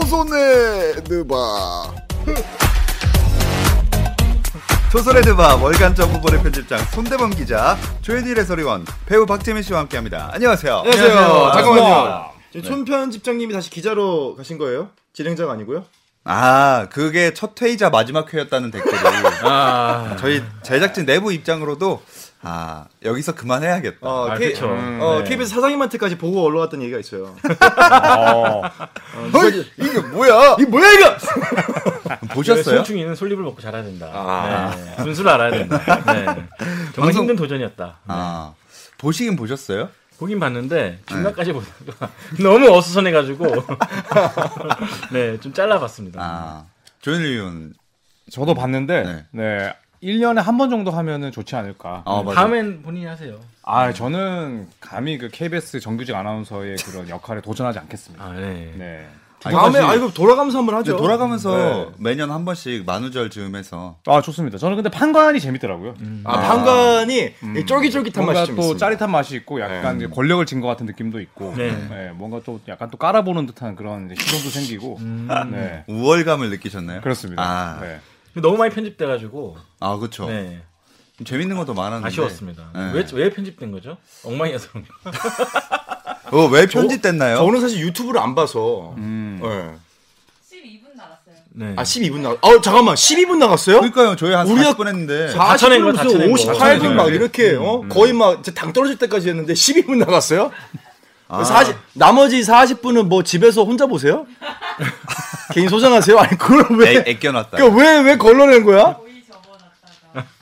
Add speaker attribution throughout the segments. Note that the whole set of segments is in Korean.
Speaker 1: 조선의 느바
Speaker 2: 조선의 드밥 월간 정보보의 편집장 손대범 기자 조현일 해설위원 배우 박재민 씨와 함께합니다. 안녕하세요.
Speaker 3: 안녕하세요. 잠깐만요.
Speaker 2: 반갑습니다.
Speaker 3: 지금 촌편 집장님이 다시 기자로 가신 거예요? 진행자가 아니고요?
Speaker 2: 아 그게 첫 회이자 마지막 회였다는 댓글이
Speaker 4: 아,
Speaker 2: 저희 제작진 내부 입장으로도 아 여기서 그만해야겠다.
Speaker 3: 어,
Speaker 4: 아,
Speaker 3: K,
Speaker 4: 그쵸. 음,
Speaker 3: 어,
Speaker 4: 네.
Speaker 3: KBS 사장님한테까지 보고 올라왔던 얘기가 있어요.
Speaker 2: 헐, 이게 뭐야?
Speaker 3: 이 뭐야 이거?
Speaker 2: 보셨어요?
Speaker 4: 송충이는 솔잎을 먹고 자라야 된다. 네, 분수를 알아야 된다. 네. 정말
Speaker 2: 방송-
Speaker 4: 힘든 도전이었다.
Speaker 2: 아 보시긴 보셨어요?
Speaker 4: 보긴 봤는데 중간까지 보다가 너무 어수선해가지고 네 좀 잘라봤습니다. 네.
Speaker 2: 아 조현일 의원.
Speaker 3: 음.
Speaker 5: 저도 봤는데
Speaker 2: 네.
Speaker 5: 네. 1년에 한 번 정도 하면은 좋지 않을까.
Speaker 2: 아 맞아.
Speaker 4: 다음엔 본인이 하세요.
Speaker 5: 아, 저는 감히 그 KBS 정규직 아나운서의 그런 역할에 도전하지 않겠습니다.
Speaker 4: 아 네.
Speaker 5: 네.
Speaker 2: 아니,
Speaker 3: 다음에
Speaker 2: 사실-
Speaker 3: 아 이거 돌아가면서 한번
Speaker 2: 이제
Speaker 3: 하죠.
Speaker 2: 돌아가면서 매년 한 번씩 만우절 즈음에서
Speaker 5: 아, 좋습니다. 저는 근데 판관이 재밌더라고요.
Speaker 4: 음.
Speaker 3: 아 방관이 이 쫄깃쫄깃한
Speaker 5: 뭔가
Speaker 3: 맛이
Speaker 5: 또
Speaker 3: 좀 있습니다. 네.
Speaker 5: 짜릿한 맛이 있고 약간 이제 권력을 쥔 것 같은 느낌도 있고
Speaker 4: 네.
Speaker 5: 네, 뭔가 또 약간 또 깔아보는 듯한 그런 이제 시선도 생기고
Speaker 4: 음.
Speaker 5: 네.
Speaker 2: 우월감을 느끼셨나요?
Speaker 5: 그렇습니다.
Speaker 2: 아,
Speaker 5: 네.
Speaker 4: 너무 많이 편집돼가지고
Speaker 2: 아 그렇죠.
Speaker 4: 네,
Speaker 2: 재밌는 것도 많았는데
Speaker 4: 아쉬웠습니다.
Speaker 2: 네.
Speaker 4: 왜, 왜 편집된 거죠? 엉망이어서 그런 거.
Speaker 2: 어, 왜 편집됐나요?
Speaker 3: 저는 사실 유튜브를 안 봐서.
Speaker 5: 음.
Speaker 3: 예.
Speaker 6: 12분 나갔어요.
Speaker 4: 네.
Speaker 3: 아 12분 나. 아 잠깐만 12분 나갔어요?
Speaker 2: 그러니까요. 저희 한
Speaker 3: 우리가-
Speaker 2: 40분 했는데
Speaker 4: 다 쳐낸 거, 다 쳐낸 거.
Speaker 3: 58분 막
Speaker 5: 네.
Speaker 3: 이렇게 어? 거의 막 당 떨어질 때까지 했는데 12분 나갔어요? 사실 나머지 40분은 뭐 집에서 혼자 보세요? 개인 소장하세요? 아니 그걸 왜?
Speaker 2: 애, 껴놨다
Speaker 3: 그러니까 왜, 왜 걸러낸 거야?
Speaker 6: 거의 접어놨다가.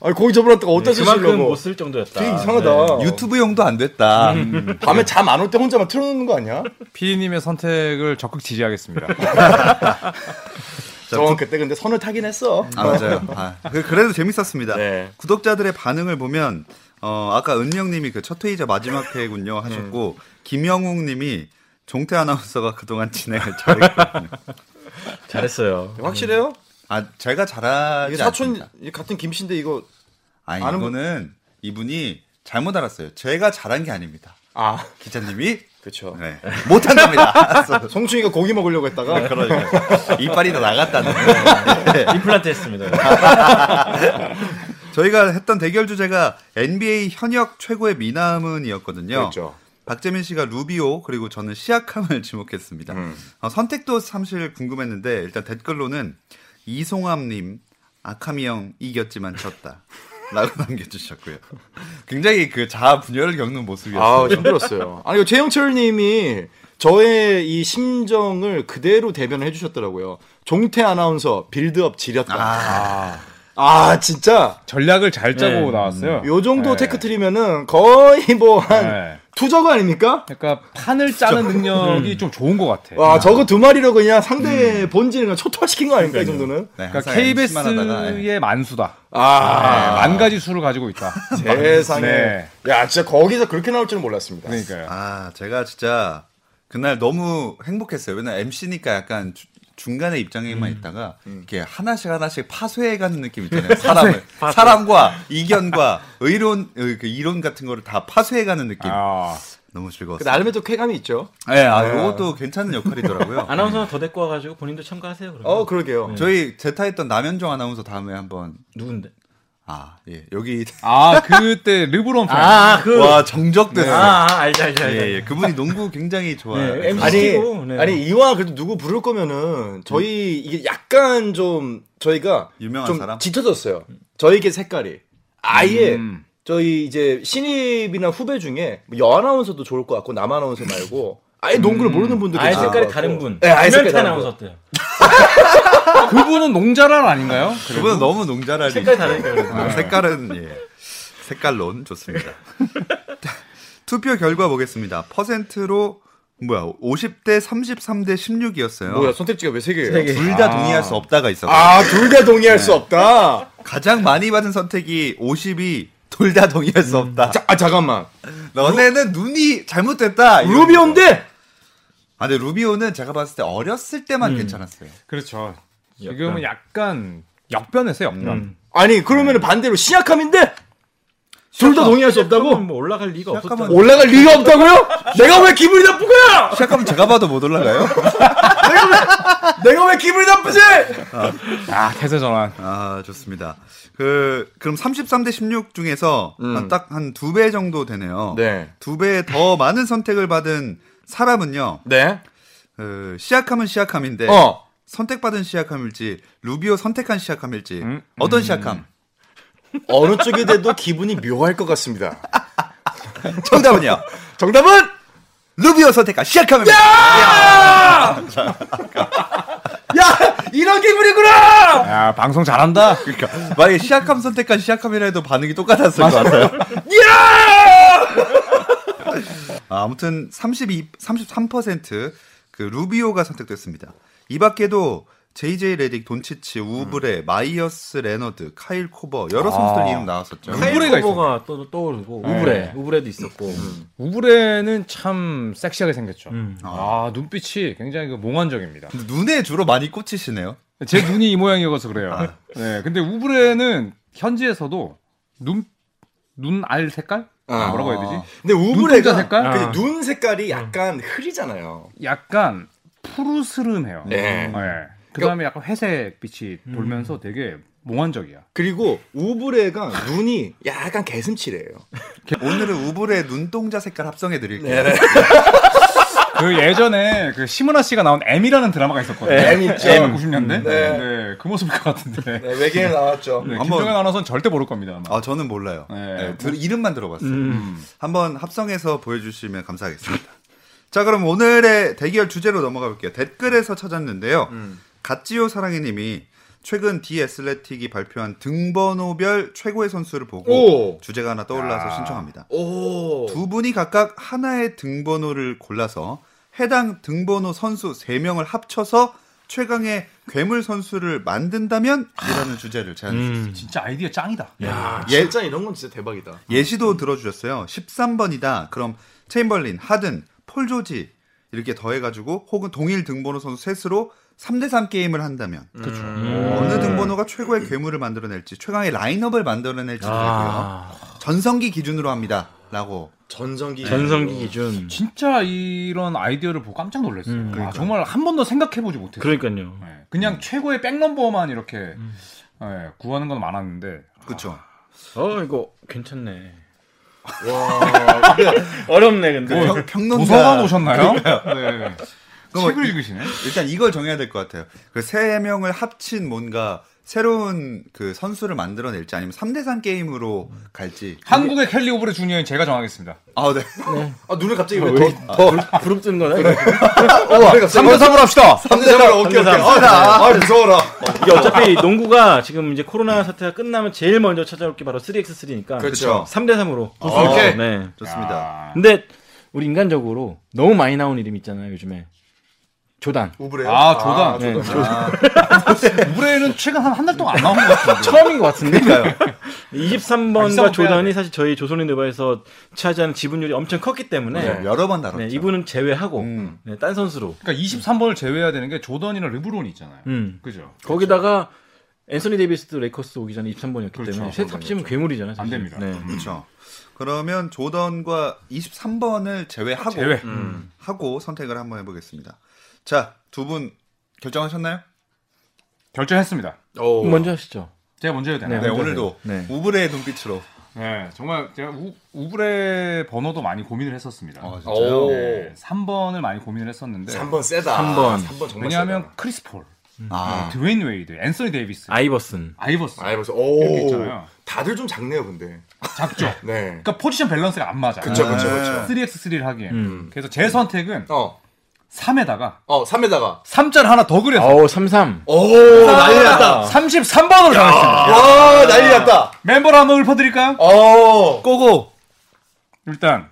Speaker 3: 아니 거기 접어놨다가 어디다
Speaker 4: 네, 그만큼
Speaker 3: 쓰시려고
Speaker 4: 못 쓸 정도였다.
Speaker 3: 되게 이상하다
Speaker 2: 네, 유튜브용도 안 됐다. 음.
Speaker 3: 밤에 잠 안 올 때 혼자만 틀어놓는 거 아니야?
Speaker 5: 피디님의 선택을 적극 지지하겠습니다.
Speaker 3: 저건 그때 근데 선을 타긴 했어
Speaker 2: 아 맞아요. 아, 그- 그래도 재밌었습니다.
Speaker 3: 네.
Speaker 2: 구독자들의 반응을 보면 어, 아까 은영님이 그 첫 회이자 마지막 회군요 하셨고 김영웅님이 종태 아나운서가 그동안 진행을 잘했거든요.
Speaker 4: 네. 잘했어요.
Speaker 3: 확실해요?
Speaker 2: 아 제가 잘하지
Speaker 3: 이게
Speaker 2: 않습니다.
Speaker 3: 사촌 이 같은 김씨인데 이거
Speaker 2: 아니
Speaker 3: 아는
Speaker 2: 이거는 이분이 잘못 알았어요. 제가 잘한 게 아닙니다.
Speaker 3: 아
Speaker 2: 기자님이
Speaker 3: 그쵸
Speaker 2: 네, 못한 겁니다.
Speaker 3: 송충이가 고기 먹으려고 했다가
Speaker 2: 그러니까 이빨이 다 나갔다는. 네.
Speaker 4: 임플란트 했습니다.
Speaker 2: 저희가 했던 대결 주제가 NBA 현역 최고의 미남은이었거든요.
Speaker 3: 그렇죠.
Speaker 2: 박재민 씨가 루비오 그리고 저는 시약함을 지목했습니다.
Speaker 3: 음.
Speaker 2: 어, 선택도 사실 궁금했는데 일단 댓글로는 이송함님 아카미 형 이겼지만 졌다. 라고 남겨주셨고요. 굉장히 그 자아 분열을 겪는 모습이었어요.
Speaker 3: 아 힘들었어요. 아니 이거 최영철님이 저의 이 심정을 그대로 대변해 주셨더라고요. 종태 아나운서 빌드업 지렸다. 아, 아, 진짜
Speaker 5: 전략을 잘 짜고
Speaker 4: 네.
Speaker 5: 나왔어요.
Speaker 3: 요 정도
Speaker 5: 네.
Speaker 3: 테크트리면은 거의 뭐 한
Speaker 5: 네.
Speaker 3: 투저가 아닙니까?
Speaker 5: 그러니까 판을 짜는 음. 능력이 좀 좋은 것 같아.
Speaker 3: 와 저거 두 마리로 그냥 상대 본진을 음. 그냥 초토화시킨 거 아닙니까 이 정도는?
Speaker 2: 네, 항상
Speaker 5: 그러니까
Speaker 2: MC만 하다가, 예.
Speaker 5: KBS의 만수다. 네,
Speaker 3: 아,
Speaker 5: 만 가지 수를 가지고 있다.
Speaker 3: 세상에.
Speaker 5: 네.
Speaker 3: 야 진짜 거기서 그렇게 나올 줄은 몰랐습니다.
Speaker 5: 그러니까요.
Speaker 2: 아, 제가 진짜 그날 너무 행복했어요. 왜냐면 MC니까 약간 주- 중간에 입장에만 있다가 이렇게 하나씩 하나씩 파쇄해가는 느낌 있잖아요. 사람을
Speaker 4: 음. 파쇄.
Speaker 2: 사람과 이견과 의론 어, 그 이론 같은 거를 다 파쇄해가는 느낌.
Speaker 5: 아,
Speaker 2: 너무
Speaker 3: 그
Speaker 2: 즐거웠어요.
Speaker 3: 나름의 또 쾌감이 있죠.
Speaker 2: 예, 아, 이것도 괜찮은 역할이더라고요.
Speaker 4: 그 아나운서나 네. 더 데리고 와가지고 본인도 참가하세요. 그러면.
Speaker 3: 어 그러게요.
Speaker 2: 저희 제타했던 남현종 아나운서 다음에 한번
Speaker 4: 누군데?
Speaker 2: 아, 예, 여기
Speaker 5: 아 그때 르브론 팬.
Speaker 4: 아, 그.
Speaker 2: 와 정적됐어요.
Speaker 4: 아, 아, 알지, 알지, 알지.
Speaker 2: 네. 예, 예, 그분이 농구 굉장히 좋아해요.
Speaker 4: 네, MC.
Speaker 3: 아니,
Speaker 4: 시키고, 네. 음.
Speaker 3: 아니 이왕 그래도 누구 부를 거면은 저희 이게 약간 좀 저희가
Speaker 2: 유명한
Speaker 3: 좀
Speaker 2: 사람?
Speaker 3: 짙어졌어요. 저에게 색깔이 아예
Speaker 5: 음.
Speaker 3: 저희 이제 신입이나 후배 중에 뭐 여아나운서도 좋을 것 같고 남아나운서 말고 아예 농구를 모르는 분들
Speaker 4: 음. 아예 색깔이 다른 분.
Speaker 3: 네, 아예 색깔이
Speaker 4: 김현태
Speaker 3: 다른 분.
Speaker 4: 아나운서 어때요?
Speaker 5: 그분은 농자랄 아닌가요?
Speaker 2: 그분은 너무 농자랄이
Speaker 4: 색깔이 다르니까. 그래도.
Speaker 2: 아, 색깔은 예. 색깔론 좋습니다. 투표 결과 보겠습니다. 퍼센트로 뭐야 50대 33대 16이었어요.
Speaker 3: 뭐야 선택지가 왜 세 개예요?
Speaker 2: 둘 다 동의할 수 없다가 있었고
Speaker 3: 아 둘 다 동의할
Speaker 4: 네.
Speaker 3: 수 없다.
Speaker 2: 가장 많이 받은 선택이 50이 둘 다 동의할 수 없다.
Speaker 3: 자, 아 잠깐만
Speaker 2: 너네는 눈이 잘못됐다. 이런
Speaker 4: 뭐.
Speaker 2: 거.
Speaker 3: 루비온데
Speaker 2: 아, 근데 루비오는 제가 봤을 때 어렸을
Speaker 3: 음.
Speaker 2: 때만 괜찮았어요.
Speaker 5: 그렇죠. 지금은 약간 역변했어요. 역변.
Speaker 3: 아니 그러면 은 반대로 시약함인데 둘
Speaker 4: 아,
Speaker 3: 다 동의할 수 없다고?
Speaker 4: 그럼 뭐 올라갈 리가
Speaker 2: 잠깐만.
Speaker 4: 없었죠.
Speaker 3: 올라갈 리가 없다고요? 내가 왜 기분이 나쁘고요?
Speaker 2: 시작하면 제가 봐도 못 올라가요.
Speaker 3: 내가 내가 왜 기분이 나쁘지?
Speaker 5: 아 태세 전환.
Speaker 2: 아, 좋습니다. 그, 그럼 33대 16 중에서
Speaker 3: 음.
Speaker 2: 딱 한 두 배 정도 되네요.
Speaker 3: 네.
Speaker 2: 두 배 더 많은 선택을 받은 사람은요,
Speaker 3: 네.
Speaker 2: 그, 시약함은 시약함인데,
Speaker 3: 어.
Speaker 2: 선택받은 시약함일지, 루비오 선택한 시약함일지,
Speaker 3: 음.
Speaker 2: 어떤 시약함?
Speaker 3: 어느 쪽이 돼도 기분이 묘할 것 같습니다.
Speaker 2: 정답은요,
Speaker 3: 정답은
Speaker 2: 루비오 선택한 시약함입니다.
Speaker 3: 야 이런 기분이구나.
Speaker 5: 야 방송 잘한다.
Speaker 2: 그러니까 만약에 시약함 선택한 시약함이라 해도 반응이 똑같았을 것 같아요. 아, 아무튼 32, 33%그 루비오가 선택됐습니다. 이 밖에도 JJ 레딕, 돈치치, 우브레, 마이어스 레너드, 카일 코버 여러 선수들 이름 나왔었죠.
Speaker 5: 우브레가 음.
Speaker 4: 코버가 또 떠오르고 우브레 우브레도 있었고
Speaker 5: 우브레는 참 섹시하게 생겼죠.
Speaker 4: 음.
Speaker 5: 아 눈빛이 굉장히 그 몽환적입니다.
Speaker 2: 근데 눈에 주로 많이 꽂히시네요.
Speaker 5: 제 눈이 이 모양이어서 그래요.
Speaker 3: 아.
Speaker 5: 네, 근데 우브레는 현지에서도 눈 눈 알 색깔
Speaker 3: 아.
Speaker 5: 뭐라고 해야 되지?
Speaker 3: 근데 우브레가
Speaker 5: 눈동자 색깔?
Speaker 3: 근데
Speaker 4: 아.
Speaker 3: 눈 색깔이 약간 흐리잖아요.
Speaker 5: 약간 푸르스름해요.
Speaker 3: 네.
Speaker 5: 그다음에 약간 회색 빛이 돌면서 되게 몽환적이야.
Speaker 3: 그리고 우브레가 눈이 약간 개슴칠해요.
Speaker 2: 오늘은 우브레 눈동자 색깔 합성해 드릴게요.
Speaker 3: 네,
Speaker 5: 그 예전에 그 시문아 씨가 나온 M이라는 드라마가 있었거든요.
Speaker 3: 네, M 있죠.
Speaker 5: 90년대.
Speaker 3: 네.
Speaker 5: 네. 그 모습일 것 같은데.
Speaker 3: 네, 외계인 나왔죠.
Speaker 5: 네,
Speaker 2: 한번-
Speaker 5: 김종현 아나운서는 절대 모를 겁니다. 아마.
Speaker 2: 아 저는 몰라요.
Speaker 5: 네.
Speaker 2: 네, 들- 이름만 들어봤어요.
Speaker 5: 음.
Speaker 2: 한번 합성해서 보여주시면 감사하겠습니다. 자, 그럼 오늘의 대결 주제로 넘어가 볼게요. 댓글에서 찾았는데요.
Speaker 5: 음.
Speaker 2: 갓지오 사랑이님이 최근 디 애슬레틱이 발표한 등번호별 최고의 선수를 보고
Speaker 3: 오.
Speaker 2: 주제가 하나 떠올라서 신청합니다.
Speaker 3: 오.
Speaker 2: 두 분이 각각 하나의 등번호를 골라서 해당 등번호 선수 3명을 합쳐서 최강의 괴물 선수를 만든다면 이라는 주제를 제안했습니다.
Speaker 5: 진짜 아이디어 짱이다.
Speaker 3: 야,
Speaker 2: 예-
Speaker 3: 진짜 이런 건 진짜 대박이다.
Speaker 2: 예시도 들어주셨어요. 13번이다. 그럼 체인벌린, 하든, 폴 조지 이렇게 더해가지고 혹은 동일 등번호 선수 셋으로 3대3 게임을 한다면
Speaker 5: 음.
Speaker 3: 그렇죠.
Speaker 4: 음.
Speaker 2: 어느 등번호가 최고의 괴물을 만들어낼지 최강의 라인업을 만들어낼지도
Speaker 4: 아.
Speaker 2: 되고요. 전성기 기준으로 합니다. 라고
Speaker 3: 전성기.
Speaker 4: 네. 전성기 기준
Speaker 5: 진짜 이런 아이디어를 보고 깜짝 놀랐어요. 아, 정말 한 번도 생각해보지 못했어요.
Speaker 4: 그러니까요
Speaker 2: 네.
Speaker 5: 예,
Speaker 2: 음.
Speaker 5: 그냥 최고의 백넘버만 이렇게 예, 구하는 건 많았는데
Speaker 2: 그렇죠.
Speaker 4: 어 이거 괜찮네
Speaker 3: 와.
Speaker 4: 어렵네 근데
Speaker 2: 그
Speaker 5: 뭐,
Speaker 2: 평,
Speaker 5: 도서관
Speaker 2: 평론가
Speaker 5: 오셨나요? 네.
Speaker 2: 그러니까. 그럼
Speaker 5: 책을
Speaker 2: 이-
Speaker 5: 읽으시네.
Speaker 2: 일단 이걸 정해야 될 것 같아요. 그 세 명을 합친 뭔가 새로운 그 선수를 만들어낼지 아니면 3대3 게임으로 갈지.
Speaker 5: 한국의 켈리 오브레 주니어인 제가 정하겠습니다.
Speaker 2: 아 네.
Speaker 3: 아, 눈을 갑자기 왜더 더.
Speaker 4: 부름 뜨는 거나 이거
Speaker 5: 어, 삼대 3으로 합시다.
Speaker 3: 3대 3으로 오케이 오케이. 어, 나. 아, 무서워라.
Speaker 4: 이게 어차피 농구가 지금 이제 코로나 사태가 끝나면 제일 먼저 찾아올 게 바로 3x3니까
Speaker 3: 그렇죠.
Speaker 4: 3대 3으로
Speaker 3: 오케이.
Speaker 4: 네
Speaker 2: 좋습니다.
Speaker 4: 근데 우리 인간적으로 너무 많이 나오는 이름 있잖아요 요즘에 조단
Speaker 3: 우브레요?
Speaker 5: 아, 조단.
Speaker 4: 네.
Speaker 5: 오브레는 최근 한 한 달 동안 안 나온 것 같은데.
Speaker 4: 처음인 것 같은데
Speaker 2: 그러니까요.
Speaker 4: 23번과
Speaker 5: 아, 빼야
Speaker 4: 조단이
Speaker 5: 돼.
Speaker 4: 사실 저희 조선인 드바에서 차지하는 지분율이 엄청 컸기 때문에 네,
Speaker 2: 여러 번 다뤘죠.
Speaker 5: 그렇죠.
Speaker 4: 이분은 제외하고
Speaker 2: 음.
Speaker 4: 네, 딴 선수로
Speaker 5: 그러니까 23번을 제외해야 되는 게 조던이나 르브론이 있잖아요.
Speaker 4: 음.
Speaker 5: 그죠?
Speaker 4: 거기다가 앤서니 데이비스도 레이커스 오기 전에 23번이었기
Speaker 5: 그렇죠.
Speaker 4: 때문에 셋 합치면 괴물이잖아요. 사실.
Speaker 5: 안 됩니다. 음.
Speaker 4: 네.
Speaker 2: 그렇죠. 그러면 조던과 23번을 제외하고 음,
Speaker 5: 제외.
Speaker 3: 음.
Speaker 2: 하고 선택을 한번 해보겠습니다. 자, 두 분 결정하셨나요? 네,
Speaker 5: 결정했습니다.
Speaker 3: 오.
Speaker 4: 먼저 하시죠.
Speaker 5: 제가 먼저 해야 되나요?
Speaker 2: 네,
Speaker 4: 네,
Speaker 2: 오늘도
Speaker 4: 네.
Speaker 2: 우브레의 눈빛으로.
Speaker 5: 네, 정말 제가 우, 우브레 번호도 많이 고민을 했었습니다.
Speaker 2: 아,
Speaker 3: 오.
Speaker 5: 네, 3번을 많이 고민을 했었는데
Speaker 3: 3번 세다.
Speaker 4: 3번.
Speaker 3: 3번 정말
Speaker 5: 왜냐하면
Speaker 3: 세다.
Speaker 5: 크리스 폴,
Speaker 2: 아,
Speaker 5: 드웨인 웨이드, 앤서니 데이비스,
Speaker 4: 아이버슨.
Speaker 5: 아이버스
Speaker 3: 아, 벌써
Speaker 5: 이렇게
Speaker 3: 오.
Speaker 5: 있잖아요.
Speaker 3: 다들 좀 작네요, 근데.
Speaker 5: 작죠.
Speaker 3: 네.
Speaker 5: 그러니까 포지션 밸런스가 안 맞아.
Speaker 3: 그쵸, 그쵸,
Speaker 5: 네.
Speaker 3: 그쵸.
Speaker 5: 3x3를 하기엔. 그래서 제 선택은
Speaker 3: 어.
Speaker 5: 3에다가
Speaker 3: 어, 3에다가.
Speaker 5: 3자를 하나 더 그려서
Speaker 4: 어우 33.
Speaker 3: 오, 난리 났다.
Speaker 5: 33번으로 정했습니다.
Speaker 3: 와, 난리 났다.
Speaker 5: 멤버를 한번 읊어드릴까요?
Speaker 3: 어.
Speaker 2: 꼬고.
Speaker 5: 일단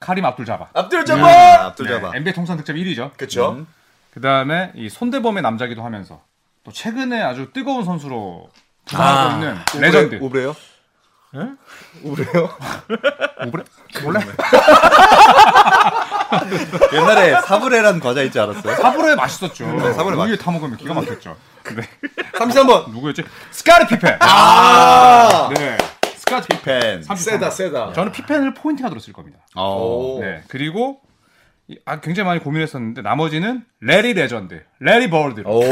Speaker 5: 카림 압둘 잡아. 네.
Speaker 3: 앞뒤로
Speaker 2: 아,
Speaker 3: 점퍼.
Speaker 2: 앞둘 잡아.
Speaker 5: NBA 통산 득점 1위죠.
Speaker 3: 음. 그쵸.
Speaker 5: 그 다음에 이 손대범의 남자기도 하면서 또 최근에 아주 뜨거운 선수로 부상하고
Speaker 4: 아.
Speaker 5: 있는 레전드
Speaker 3: 우브레요?
Speaker 4: 응?
Speaker 3: 우브레요?
Speaker 5: 오브레 몰래
Speaker 2: 옛날에 사브레란 과자 있지 않았어요?
Speaker 5: 네, 사브레 맛있었죠.
Speaker 2: 사브레 맛있-
Speaker 5: 우유에 타 먹으면 기가 막혔죠. 네. 근데
Speaker 3: 33번.
Speaker 5: 누구였지? 스카르 피펜.
Speaker 3: 아.
Speaker 5: 네, 스카르 피펜.
Speaker 2: 펜.
Speaker 5: 33번.
Speaker 3: 세다, 세다.
Speaker 5: 저는 피펜을 포인트가 들었을 겁니다.
Speaker 2: 어.
Speaker 3: 오.
Speaker 5: 네, 그리고 네. 이- 아, 굉장히 많이 고민했었는데 나머지는 레리 레전드, 레리 버드.
Speaker 4: 오.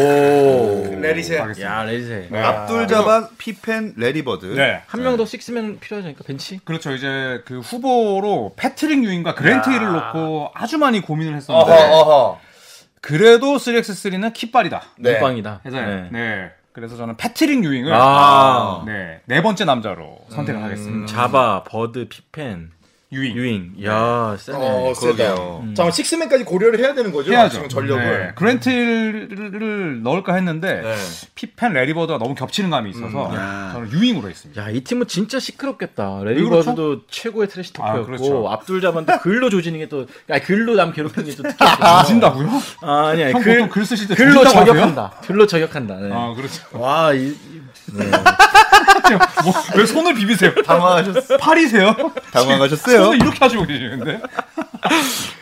Speaker 3: 레리세.
Speaker 4: 야, 레이세.
Speaker 5: 네.
Speaker 2: 압둘자바, 피펜, 레리버드.
Speaker 5: 네.
Speaker 4: 한 명 더 식스맨 필요하니까 벤치.
Speaker 5: 그렇죠. 이제 그 후보로 패트릭 유인과 그랜트 힐을 놓고 아주 많이 고민을 했었는데
Speaker 3: 어허 어허.
Speaker 5: 그래도 3x3는 kit발이다.
Speaker 3: 네.
Speaker 4: 빵이다.
Speaker 5: 해서 네. 그래서 저는 패트릭 유잉을
Speaker 4: 아.
Speaker 5: 네. 네 번째 남자로
Speaker 3: 음.
Speaker 5: 선택을 하겠습니다.
Speaker 4: 자바, 버드, 피펜,
Speaker 5: 유잉.
Speaker 4: 유잉. 야, 세네.
Speaker 3: 어, 세다.
Speaker 4: 음.
Speaker 3: 잠깐 식스맨까지 고려를 해야 되는 거죠?
Speaker 5: 해야죠.
Speaker 3: 지금 전력을.
Speaker 5: 네. 그랜트를 넣을까 했는데
Speaker 3: 네.
Speaker 5: 피펜 레리버드가 너무 겹치는 감이 있어서
Speaker 2: 야.
Speaker 5: 저는 유잉으로 했습니다.
Speaker 4: 야, 이 팀은 진짜 시끄럽겠다.
Speaker 5: 그렇죠?
Speaker 4: 레이버드도 최고의 트래시 토크였고
Speaker 5: 아, 그렇죠.
Speaker 4: 앞둘 잡았는데 글로 조지는 게 또, 아니, 글로 남 괴롭히는 게 또 특기였어.
Speaker 5: 아, 진다고요?
Speaker 4: 아, 아니, 아니
Speaker 5: 형
Speaker 4: 글,
Speaker 5: 보통 글 쓰실 때
Speaker 4: 글로
Speaker 5: 진다고 하세요?
Speaker 4: 저격한다. 글로 저격한다. 네.
Speaker 5: 아 그렇죠.
Speaker 4: 와, 이, 이-
Speaker 5: 뭐, 왜 손을 비비세요?
Speaker 3: 당황하셨어.
Speaker 5: 팔이세요?
Speaker 2: 당황하셨어요?
Speaker 5: 손을 이렇게 하시고 계시는데?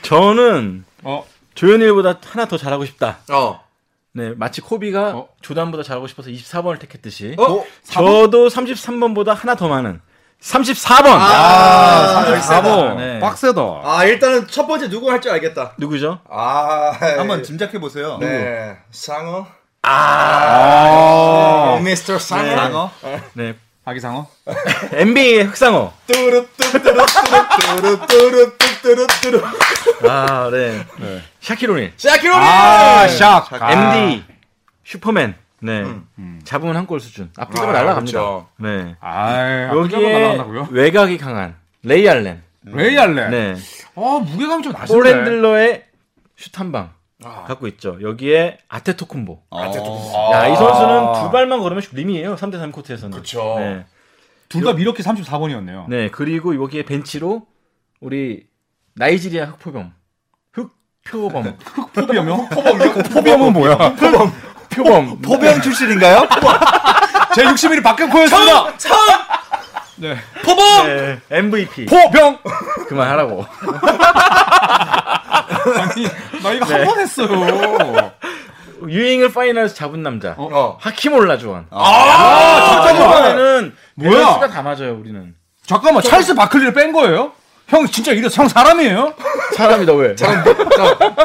Speaker 4: 저는
Speaker 5: 어,
Speaker 4: 조현일보다 하나 더 잘하고 싶다.
Speaker 3: 어.
Speaker 4: 네, 마치 코비가
Speaker 5: 어?
Speaker 4: 조단보다 잘하고 싶어서 24번을 택했듯이.
Speaker 3: 어?
Speaker 4: 저도 33번보다 하나 더 많은 34번.
Speaker 3: 아,
Speaker 5: 바보.
Speaker 4: 네.
Speaker 5: 빡세다.
Speaker 3: 아, 일단은 첫 번째 누구 할 줄 알겠다.
Speaker 4: 누구죠?
Speaker 3: 아,
Speaker 2: 한번 짐작해 보세요.
Speaker 3: 네. 상어?
Speaker 5: 아.
Speaker 3: 어, 미스터 상어.
Speaker 4: 네.
Speaker 3: 상어.
Speaker 4: 네,
Speaker 5: 아기상어?
Speaker 4: NBA의 흑상어.
Speaker 3: 뚜루뚜뚜루뚜루뚜루뚜루.
Speaker 4: 아, 네.
Speaker 5: 네.
Speaker 4: 샤키로니,
Speaker 3: 샤키로니.
Speaker 5: 아, 샥.
Speaker 4: MD, 슈퍼맨. 네.
Speaker 5: 음.
Speaker 4: 잡으면 한 골 수준. 앞뒤로
Speaker 3: 음. 아,
Speaker 4: 날아갑니다.
Speaker 3: 그렇죠.
Speaker 4: 네.
Speaker 5: 아,
Speaker 4: 여기에
Speaker 5: 날아간다고요?
Speaker 4: 외곽이 강한 레이 알렌.
Speaker 5: 레이 알렌.
Speaker 4: 네.
Speaker 5: 어, 무게감 좀 낮은데.
Speaker 4: 볼랜들러의 슛 한 방.
Speaker 3: 아.
Speaker 4: 갖고 있죠. 여기에 아테토쿤보.
Speaker 2: 아,
Speaker 4: 어. 야, 이 선수는 두 발만 걸으면 림이에요. 3대3 코트에서는.
Speaker 3: 그쵸.
Speaker 4: 네.
Speaker 5: 둘다 미러키 34번이었네요.
Speaker 4: 네, 그리고 여기에 벤치로 우리 나이지리아
Speaker 3: 네.
Speaker 4: 흑표범. 흑표범.
Speaker 5: 포비엄이요? 포비엄이요? 포비엄은 뭐야?
Speaker 4: 표범.
Speaker 2: 포병 출신인가요?
Speaker 5: 제 61이 박경포였습니다. 네.
Speaker 4: 네, MVP.
Speaker 5: 포병.
Speaker 4: 그만하라고.
Speaker 5: 아니, 나 이거 한 번 했어요.
Speaker 4: 유잉을 파이널에서 잡은 남자.
Speaker 3: 어.
Speaker 4: 하킴 올라주원.
Speaker 5: 아, 잠깐만.
Speaker 4: 이번에는
Speaker 5: 뭐야?
Speaker 4: 밸런스가 다 맞아요, 우리는.
Speaker 5: 잠깐만. 찰스 바클리를 뺀 거예요? 형 진짜 이래 형 사람이에요?
Speaker 4: 사람이다 왜?
Speaker 3: 자,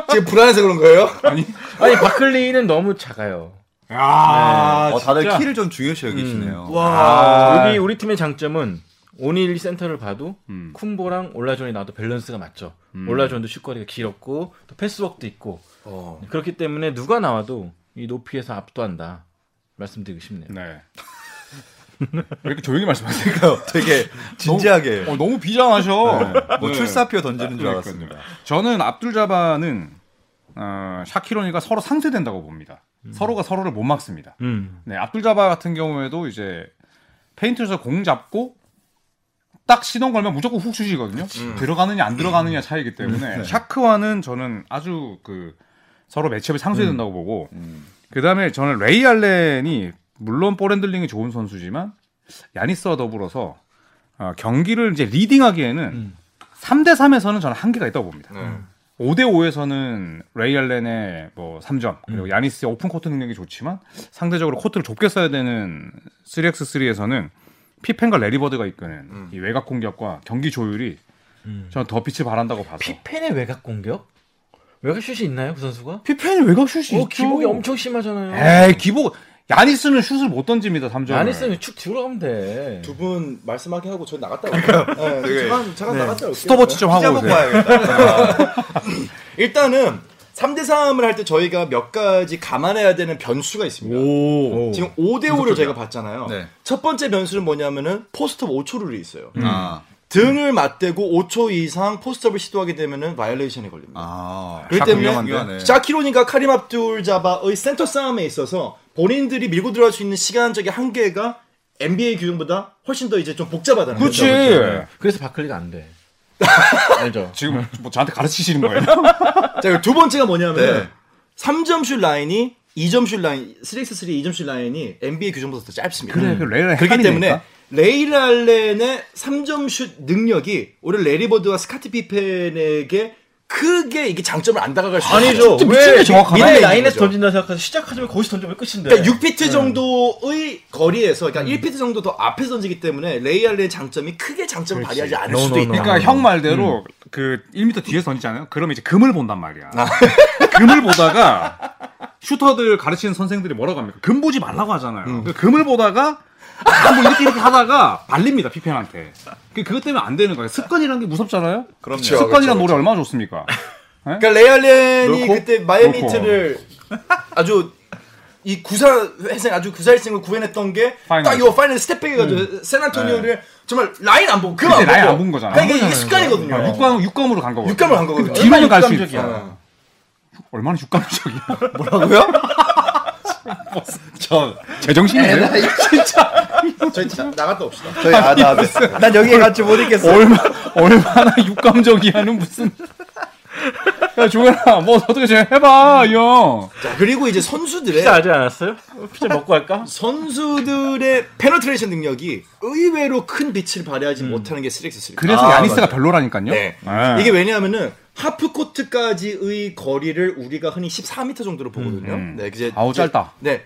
Speaker 3: 지금 불안해서 그런 거예요?
Speaker 5: 아니.
Speaker 4: 아니 바클리는 너무 작아요.
Speaker 5: 야,
Speaker 2: 어, 다들
Speaker 5: 진짜. 음.
Speaker 2: 키를 좀 중요시 여기시네요.
Speaker 5: 아,
Speaker 4: 우리 우리 팀의 장점은 오닐 센터를 봐도
Speaker 5: 음.
Speaker 4: 쿤보랑 올라존이 나와도 밸런스가 맞죠. 올라존도 슛거리가 길었고 또 패스웍도 있고
Speaker 3: 어.
Speaker 4: 그렇기 때문에 누가 나와도 이 높이에서 압도한다 말씀드리고 싶네요.
Speaker 5: 네. 왜 이렇게 조용히 말씀하세요?
Speaker 2: 그러니까 되게 진지하게
Speaker 5: 어, 너무 비장하셔.
Speaker 2: 뭐
Speaker 5: 네.
Speaker 2: 출사표 던지는 줄
Speaker 5: 그러니까요.
Speaker 2: 알았습니다.
Speaker 5: 저는 압둘자바는 어, 샤키로니가 서로 상쇄된다고 봅니다. 서로가 서로를 못 막습니다.
Speaker 4: 음.
Speaker 5: 네, 압둘자바 같은 경우에도 이제 페인트에서 공 잡고 딱 시동 걸면 무조건 훅 슛이거든요. 들어가느냐 안 들어가느냐 차이기 때문에 샤크와는 저는 아주 그 서로 매치업이 상쇄된다고 보고 음. 그다음에 저는 레이 알렌이 물론 볼핸들링이 좋은 선수지만 야니스와 더불어서 어, 경기를 이제 리딩하기에는
Speaker 4: 음.
Speaker 5: 삼 3대 3에서는 저는 한계가 있다고 봅니다.
Speaker 3: 네.
Speaker 5: 5대 5에서는 레이 알렌의 뭐 3점 그리고 야니스의 오픈 코트 능력이 좋지만 상대적으로 코트를 좁게 써야 되는 3x3에서는 피펜과 레리버드가 이끄는 이 외곽 공격과 경기 조율이 저는 더 빛을 발한다고 봐서
Speaker 4: 피펜의 외곽 공격? 외곽 슛이 있나요 그 선수가?
Speaker 5: 피펜이 외곽 슛이
Speaker 4: 어, 기복이 엄청 심하잖아요.
Speaker 5: 에이 기복 야니스는 슛을 못 던집니다 3점을
Speaker 4: 야니스는 축 들어가면
Speaker 3: 네.
Speaker 4: 돼.
Speaker 3: 두 분 말씀하게 하고 저 나갔다 올게요. 네, 잠깐 잠깐 나갔다 올게요. 네.
Speaker 5: 스톱워치 좀
Speaker 2: 피자
Speaker 5: 하고
Speaker 2: 먹고
Speaker 5: 오세요
Speaker 2: 와야겠다.
Speaker 3: 일단은 3대 3을 할 때 저희가 몇 가지 감안해야 되는 변수가 있습니다.
Speaker 5: 오.
Speaker 3: 지금 5대 5를 저희가 봤잖아요.
Speaker 2: 네.
Speaker 3: 첫 번째 변수는 뭐냐면은 포스트업 5초 룰이 있어요.
Speaker 2: 아,
Speaker 3: 등을 맞대고 5초 이상 포스트업을 시도하게 되면은 바이올레이션이 걸립니다.
Speaker 2: 아,
Speaker 3: 그렇기
Speaker 5: 샤크
Speaker 3: 때문에
Speaker 5: 위험한데?
Speaker 2: 중요하네.
Speaker 3: 샤키로니가 카림 압둘 자바의 센터 싸움에 있어서 본인들이 밀고 들어갈 수 있는 시간적인 한계가 NBA 규정보다 훨씬 더 이제 좀 복잡하다는 거죠.
Speaker 5: 그치
Speaker 4: 네. 그래서 바클리가 안 돼. 알죠?
Speaker 5: 지금 뭐 저한테 가르치시는 거예요?
Speaker 3: 자, 그리고 두 번째가 뭐냐면
Speaker 2: 네.
Speaker 3: 3점슛 라인이 2점슛 라인, 3x3 2점슛 라인이 NBA 규정보다 더 짧습니다.
Speaker 5: 그래 그 레이 알렌
Speaker 3: 그렇기 때문에 레일 알렌의 3점슛 능력이 오히려 레리버드와 스카티 피펜에게 크게 이게 장점을 안 다가갈 수
Speaker 4: 아니죠.
Speaker 5: 진짜 미친
Speaker 4: 왜
Speaker 5: 게 정확하네. 그렇죠. 네.
Speaker 4: 미래
Speaker 3: 미래의
Speaker 4: 라인에서
Speaker 3: 거죠.
Speaker 4: 던진다 생각해서 시작하자면 거기서 던지면 끝인데.
Speaker 3: 그러니까 6피트 정도의 거리에서 그러니까
Speaker 5: 음.
Speaker 3: 1피트 정도 더 앞에서 던지기 때문에 레이 알렌의 장점이 크게 장점을 발휘하지 않을
Speaker 4: No,
Speaker 3: 수도
Speaker 4: no,
Speaker 5: 어.
Speaker 3: 있다.
Speaker 4: no.
Speaker 5: 그러니까 형 말대로 그 1m 뒤에서 던지잖아요. 그러면 이제 금을 본단 말이야. 금을 보다가 슈터들 가르치는 선생들이 뭐라고 합니까? 금 보지 말라고 하잖아요. 그 금을 보다가 뭐 이렇게 이렇게 하다가 발립니다 피펜한테. 그 그것 때문에 안 되는 거예요. 습관이라는 게 무섭잖아요. 그렇죠,
Speaker 2: 그럼요.
Speaker 1: 그쵸,
Speaker 5: 습관이란
Speaker 1: 그쵸,
Speaker 5: 노래 얼마나 좋습니까?
Speaker 3: 그러니까 레알렌이
Speaker 5: 놓고?
Speaker 3: 그때 마이애미트를 아주 이 구사 회생 아주 구사일생을 구해냈던 게
Speaker 5: 파이널.
Speaker 3: 딱 이거 파이널 스텝백 해가지고 샌안토니오를 정말 라인 안 보고 그만
Speaker 5: 그때
Speaker 3: 안
Speaker 5: 라인
Speaker 3: 보고.
Speaker 5: 안 본 거잖아.
Speaker 3: 그러니까 이게 습관이거든요.
Speaker 5: 육감 육감으로 간 거고.
Speaker 3: 육감을 간 거거든요.
Speaker 5: 뒤로는 갈 수
Speaker 4: 육감적이야.
Speaker 5: 있어. 얼마나 육감적이야.
Speaker 3: 뭐라고요?
Speaker 5: 저
Speaker 4: 네,
Speaker 5: 제정신이에요.
Speaker 3: 저희 자- 나갔다 옵시다.
Speaker 1: 저희 아다 아다. 난 여기에 같이 못 있겠어.
Speaker 5: 얼마 얼마나 육감적이야는 무슨. 야 조현아 뭐 어떻게 좀 해봐 이 형.
Speaker 3: 자 그리고 이제 선수들의
Speaker 4: 피자 아직 안 왔어요? 피자 먹고 할까?
Speaker 3: 선수들의 페너트레이션 능력이 의외로 큰 빛을
Speaker 5: 음.
Speaker 3: 발휘하지 못하는 게 3x3.
Speaker 5: 그래서
Speaker 3: 아,
Speaker 5: 야니스가 별로라니까요.
Speaker 3: 네.
Speaker 5: 네.
Speaker 3: 이게 왜냐하면은 하프 코트까지의 거리를 우리가 흔히 14m 정도로 보거든요.
Speaker 5: 음.
Speaker 3: 네, 이제
Speaker 5: 아우, 짧다.
Speaker 3: 네,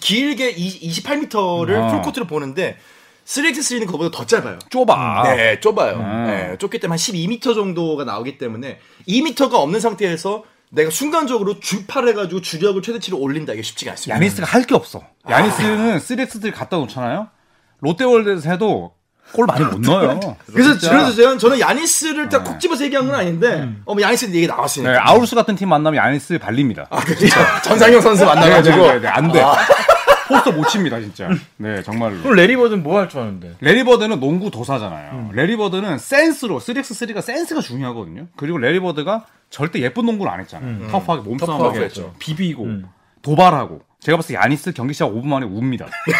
Speaker 3: 길게 28m를
Speaker 5: 아.
Speaker 3: 풀 코트로 보는데 3x3는 그거보다 더 짧아요.
Speaker 5: 좁아.
Speaker 3: 네, 좁아요.
Speaker 5: 음.
Speaker 3: 네, 좁기 때문에 한 12m 정도가 나오기 때문에 2m가 없는 상태에서 내가 순간적으로 줄파를 해가지고 주력을 최대치로 올린다 이게 쉽지가 않습니다.
Speaker 5: 야니스가 할 게 없어. 야니스는 3x들 갖다 놓잖아요. 롯데월드에서 해도 골 많이 못 넣어요.
Speaker 3: 그래서
Speaker 5: 진짜. 아. 음.
Speaker 3: 그래서 저는 저는 야니스를 딱 콕 집어서 얘기한 건 아닌데 어머 야니스 얘기 나왔으니까
Speaker 5: 네, 아우루스 같은 팀 만나면 야니스 발립니다.
Speaker 3: 아, 그렇죠. 전상용 선수 만나가지고
Speaker 5: 네, 네, 네, 안 돼. 포스터 못 칩니다, 진짜. 네, 정말로.
Speaker 4: 그럼 레리버든 뭐 할 줄 아는데?
Speaker 5: 레리버드는 농구 도사잖아요. 레리버드는 센스로 3x3가 센스가 중요하거든요. 그리고 레리버드가 절대 예쁜 농구를 안 했잖아요. 음, 터프하게
Speaker 4: 터프하게
Speaker 5: 몸싸움하게 음.
Speaker 4: 했죠.
Speaker 5: 비비고 도발하고. 제가 봤을 때 야니스 경기 시작 5분 만에 웁니다.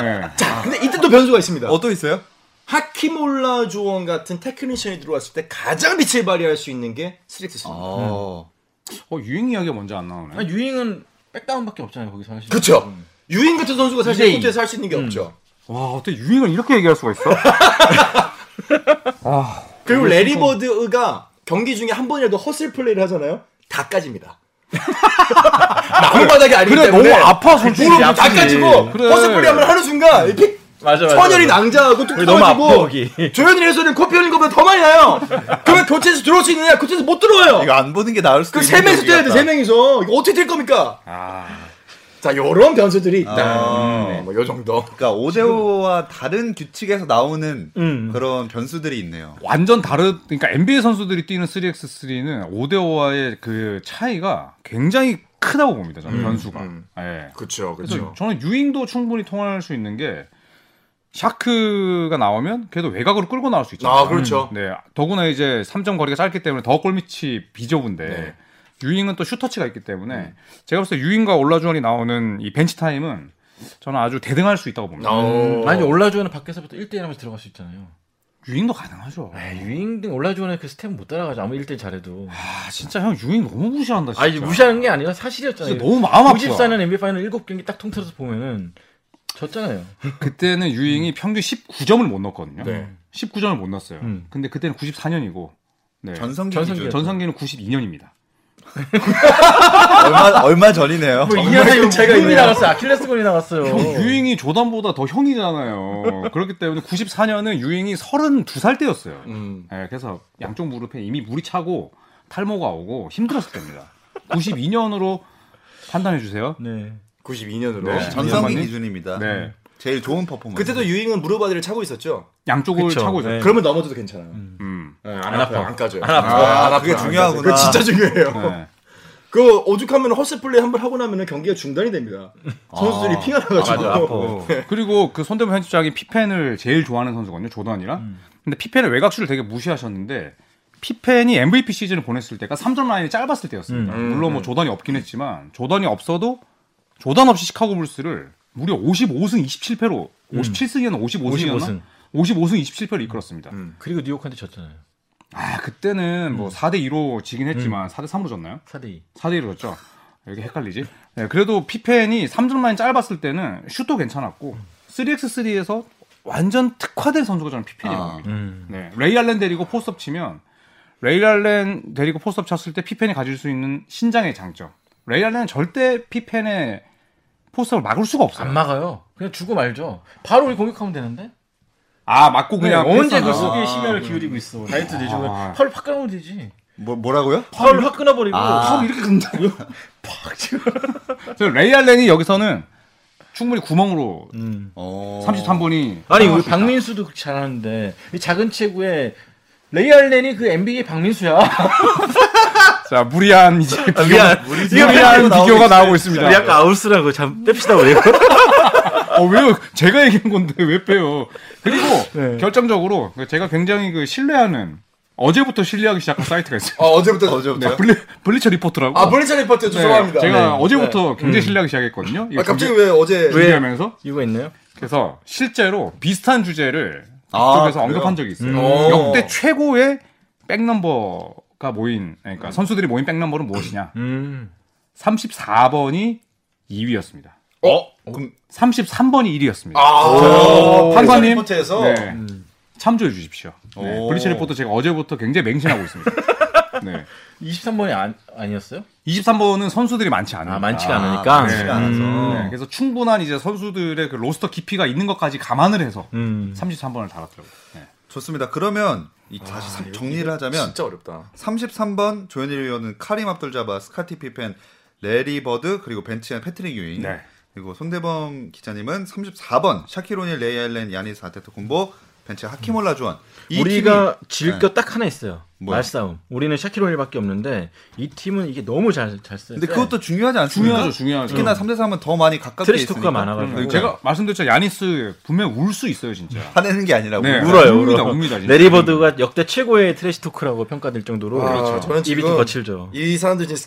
Speaker 5: 네.
Speaker 3: 자, 근데 이때 또 변수가 있습니다.
Speaker 2: 어, 또 있어요?
Speaker 3: 하키몰라 조원 같은 테크니션이 들어왔을 때 가장 빛을 발휘할 수 있는 게 스릭스입니다.
Speaker 4: 아.
Speaker 2: 어.
Speaker 5: 어, 유행 이야기가 먼저 안 나오네.
Speaker 4: 아니, 유잉은 백다운밖에 없잖아요 거기서 사실.
Speaker 3: 그렇죠. 유인 같은 선수가 사실
Speaker 4: 이재인.
Speaker 3: 코트에서 할 수
Speaker 4: 음.
Speaker 3: 있는 게 없죠.
Speaker 5: 와, 어떻게 유행을 이렇게 얘기할 수가 있어?
Speaker 3: 그리고
Speaker 4: 음.
Speaker 3: 레리버드가 경기 중에 한 번이라도 허슬 플레이를 하잖아요. 다 까집니다. 나무 바닥이 아니기
Speaker 5: 그래,
Speaker 3: 때문에
Speaker 5: 너무 아파, 솔직히.
Speaker 3: 무릎 다
Speaker 5: 아프지.
Speaker 3: 까지고
Speaker 5: 그래.
Speaker 3: 허슬 플레이하면 하는 순간 이렇게
Speaker 4: 음. 맞아 맞아.
Speaker 3: 천연이
Speaker 4: 맞아.
Speaker 3: 낭자하고 뚝
Speaker 4: 우리 너무 아파, 거기.
Speaker 3: 떨어지고 조현일 해설은 코피 흘린 것보다 더 많이 나요. 그러면 교체에서 들어올 수 있느냐? 교체에서 못 들어와요.
Speaker 2: 이거 안 보는 게 나을 수도
Speaker 3: 그
Speaker 2: 있는
Speaker 3: 세 명이서
Speaker 2: 경기
Speaker 3: 뛰어야 돼,
Speaker 2: 같다.
Speaker 3: 세 명이서. 이거 어떻게 뛸 겁니까? 자, 요런 변수들이 있다.
Speaker 2: 아.
Speaker 3: 음, 뭐, 요 정도.
Speaker 2: 그러니까 5대5와 다른 규칙에서 나오는
Speaker 4: 음.
Speaker 2: 그런 변수들이 있네요.
Speaker 5: 완전 다른 그러니까 NBA 선수들이 뛰는 3x3는 5대 5와의 그 차이가 굉장히 크다고 봅니다. 저는 변수가.
Speaker 3: 음. 그렇죠.
Speaker 5: 예.
Speaker 3: 그쵸,
Speaker 5: 그래서 저는 유잉도 충분히 통할 수 있는 게 샤크가 나오면 걔도 외곽으로 끌고 나올 수 있잖아요.
Speaker 3: 아, 그렇죠.
Speaker 5: 네. 더구나 이제 3점 거리가 짧기 때문에 더 골밑이 비좁은데
Speaker 3: 네.
Speaker 5: 유잉은 또 슈터치가 있기 때문에 제가 봤을 때 유잉과 올라주원이 나오는 이 벤치 타임은 저는 아주 대등할 수 있다고 봅니다.
Speaker 3: 어.
Speaker 4: 만약에 음, 올라주는 밖에서부터 1대1 하면서 들어갈 수 있잖아요.
Speaker 5: 유잉도 가능하죠.
Speaker 4: 에이, 유잉 등 올라주는 그 스텝 못 따라가죠. 아무 1대1 잘해도.
Speaker 5: 아 진짜 형 유잉 너무 무시한다. 진짜.
Speaker 4: 아니 무시하는 게 아니라 사실이었잖아요.
Speaker 5: 진짜 너무 마음 아프다.
Speaker 4: 94년 NBA 파이널 7경기 딱 통틀어서 보면은 졌잖아요.
Speaker 5: 그때는 유잉이 평균 19점을 못 넣었거든요.
Speaker 3: 네.
Speaker 5: 19점을 못 넣었어요.
Speaker 4: 음.
Speaker 5: 근데 그때는 94년이고 네.
Speaker 2: 전성기
Speaker 4: 전성기.
Speaker 2: 기준.
Speaker 5: 전성기는 92년입니다.
Speaker 2: 얼마, 얼마 전이네요.
Speaker 4: 뭐 2년 사이에
Speaker 3: 차이가
Speaker 4: 무릎이
Speaker 3: 있네요.
Speaker 4: 나갔어요. 아킬레스건이 나갔어요.
Speaker 5: 유잉이 조던보다 더 형이잖아요. 그렇기 때문에 94년은 유잉이 32살 때였어요.
Speaker 3: 음.
Speaker 5: 네, 그래서 양쪽 무릎에 이미 물이 차고 탈모가 오고 힘들었을 때입니다. 92년으로 판단해 주세요.
Speaker 4: 네.
Speaker 3: 92년으로.
Speaker 5: 네.
Speaker 2: 어, 전성기
Speaker 5: 전성기?
Speaker 2: 기준입니다.
Speaker 5: 네.
Speaker 2: 제일 좋은 퍼포먼스.
Speaker 3: 그때도 유잉은 무릎 바디를 차고 있었죠.
Speaker 5: 양쪽을
Speaker 4: 그쵸.
Speaker 5: 차고 있어요.
Speaker 4: 네.
Speaker 3: 그러면 넘어져도 괜찮아요.
Speaker 5: 음.
Speaker 3: 네, 안 아파요. 안 까져요. 안
Speaker 2: 아파요. 그게 중요하구나.
Speaker 3: 네. 그거 진짜 중요해요.
Speaker 5: 네.
Speaker 3: 그거 오죽하면 허스 플레이 한 번 하고 나면 경기가 중단이 됩니다. 선수들이 피가 나가지고.
Speaker 5: 그리고 그 손대부 편집장이 피펜을 제일 좋아하는 선수거든요, 조던이랑. 근데 피펜의 외곽슛을 되게 무시하셨는데 피펜이 MVP 시즌을 보냈을 때가 3점 라인이 짧았을 때였습니다. 물론 뭐 조던이 없긴 했지만 조던이 없어도 조던 없이 시카고 불스를 무려 55승 27패로 57승이었나 55승이었나
Speaker 4: 55승. 음.
Speaker 5: 55승 27패로 이끌었습니다.
Speaker 4: 그리고 뉴욕한테 졌잖아요.
Speaker 5: 아 그때는 뭐 4대 2로 지긴 했지만 4대 3으로 졌나요?
Speaker 4: 4대2.
Speaker 5: 4대 1로 졌죠. 이렇게 헷갈리지? 네, 그래도 피펜이 3점 라인 짧았을 때는 슛도 괜찮았고 3x3에서 완전 특화된 선수가 저는 피펜이라고
Speaker 2: 아.
Speaker 5: 봅니다.
Speaker 4: 음.
Speaker 5: 네, 레이 알렌 데리고 포스업 치면 레이 알렌 데리고 포스업 쳤을 때 피펜이 가질 수 있는 신장의 장점. 레이 알렌은 절대 피펜의 포스업을 막을 수가 없어요.
Speaker 4: 안 막아요. 그냥 주고 말죠. 바로 우리 공격하면 되는데.
Speaker 5: 아 맞고 그냥
Speaker 4: 언제 그
Speaker 5: 패스한다고?
Speaker 4: 수비에 심혈을 기울이고 있어. 다이어트 내주면
Speaker 5: 아.
Speaker 4: 팔을 확 끊으면 되지.
Speaker 2: 뭐 뭐라고요?
Speaker 4: 팔을 확 끊어버리고.
Speaker 2: 아.
Speaker 4: 팔 이렇게 끊다고요?
Speaker 5: 저 레이 알렌이 여기서는 충분히 구멍으로
Speaker 2: 어.
Speaker 5: 33분이
Speaker 4: 아니 우리 박민수도 그렇게 잘하는데 이 작은 체구에 레이 알렌이 그 NBA 박민수야.
Speaker 5: 자 무리한 이제 비교,
Speaker 4: 미안.
Speaker 5: 무리한 비교가 나오고 있습니다.
Speaker 4: 우리 아까 아웃스라고 참 뺍시다 우리.
Speaker 5: 어, 왜요? 제가 얘기한 건데 왜 빼요? 그리고
Speaker 3: 네.
Speaker 5: 결정적으로 제가 굉장히 그 신뢰하는 어제부터 신뢰하기 시작한 사이트가 있어요.
Speaker 3: 아, 어제부터
Speaker 2: 어제부터.
Speaker 5: 네, 블리, 블리처 리포트라고.
Speaker 3: 아, 블리차 리포트
Speaker 5: 네,
Speaker 3: 죄송합니다.
Speaker 5: 제가
Speaker 3: 네.
Speaker 5: 어제부터 굉장히 신뢰하기 시작했거든요. 이거
Speaker 3: 아, 갑자기 왜 어제
Speaker 5: 준비- 준비하면서
Speaker 4: 이유가 있나요?
Speaker 5: 그래서 실제로 비슷한 주제를
Speaker 2: 아,
Speaker 5: 쪽에서
Speaker 2: 그래요?
Speaker 5: 언급한 적이 있어요.
Speaker 3: 음. 오.
Speaker 5: 역대 최고의 백넘버가 모인 그러니까 선수들이 모인 백넘버는 무엇이냐?
Speaker 4: 음.
Speaker 5: 34번이 2위였습니다.
Speaker 3: 어?
Speaker 2: 그럼
Speaker 5: 33번이 1위였습니다.
Speaker 2: 어,
Speaker 3: 아,
Speaker 5: 판관님.
Speaker 3: 포트에서
Speaker 5: 네.
Speaker 4: 음.
Speaker 5: 참조해 주십시오. 네.
Speaker 2: 오.
Speaker 5: 블리치 리포트 제가 어제부터 굉장히 맹신하고 있습니다. 네.
Speaker 4: 23번이 안, 아니었어요?
Speaker 5: 23번은 선수들이 많지 않아요.
Speaker 4: 아, 많지가 않으니까. 음.
Speaker 2: 많지가 않아서.
Speaker 5: 네. 그래서 충분한 이제 선수들의 그 로스터 깊이가 있는 것까지 감안을 해서
Speaker 4: 음.
Speaker 5: 33번을 달았더라고요. 네.
Speaker 2: 좋습니다. 그러면 이
Speaker 3: 아,
Speaker 2: 다시 삼- 정리를 하자면
Speaker 3: 진짜 어렵다.
Speaker 2: 33번 조현일 의원은 카림 압둘자바, 스카티 피펜, 레리 버드 그리고 벤치한 패트릭 유잉
Speaker 5: 네.
Speaker 2: 그리고 손대범 기자님은 34번 샤키로닐 레이 알렌 야니스 아테토콤보 벤치 하키몰라 주원 이 팀이-
Speaker 4: 음. 우리가 질 거 딱 하나 있어요.
Speaker 2: 뭐야?
Speaker 4: 말싸움. 우리는 샤키로닐밖에 없는데 이 팀은 이게 너무 잘잘 쓰.
Speaker 2: 근데 그것도 중요하지 않습니까?
Speaker 5: 중요하죠, 중요하죠.
Speaker 2: 특히나 3대 3은 더 많이 가깝게
Speaker 4: 음. 트레스토크가
Speaker 2: 있으니까.
Speaker 4: 많아가지고.
Speaker 2: 그리고
Speaker 5: 그러니까 음, 제가 말씀드렸죠. 야니스 분명 울 수 있어요, 진짜.
Speaker 2: 화내는 게 아니라
Speaker 5: 네.
Speaker 2: 울어.
Speaker 4: 울어요.
Speaker 5: 웁니다,
Speaker 4: 울어.
Speaker 5: 웁니다, 진짜.
Speaker 4: 레리버드가 역대 최고의 트래시 토크라고 평가될 정도로
Speaker 3: 아, 그렇죠. 저는
Speaker 4: 입이
Speaker 3: 지금
Speaker 4: 좀 거칠죠.
Speaker 3: 이 사람들 지금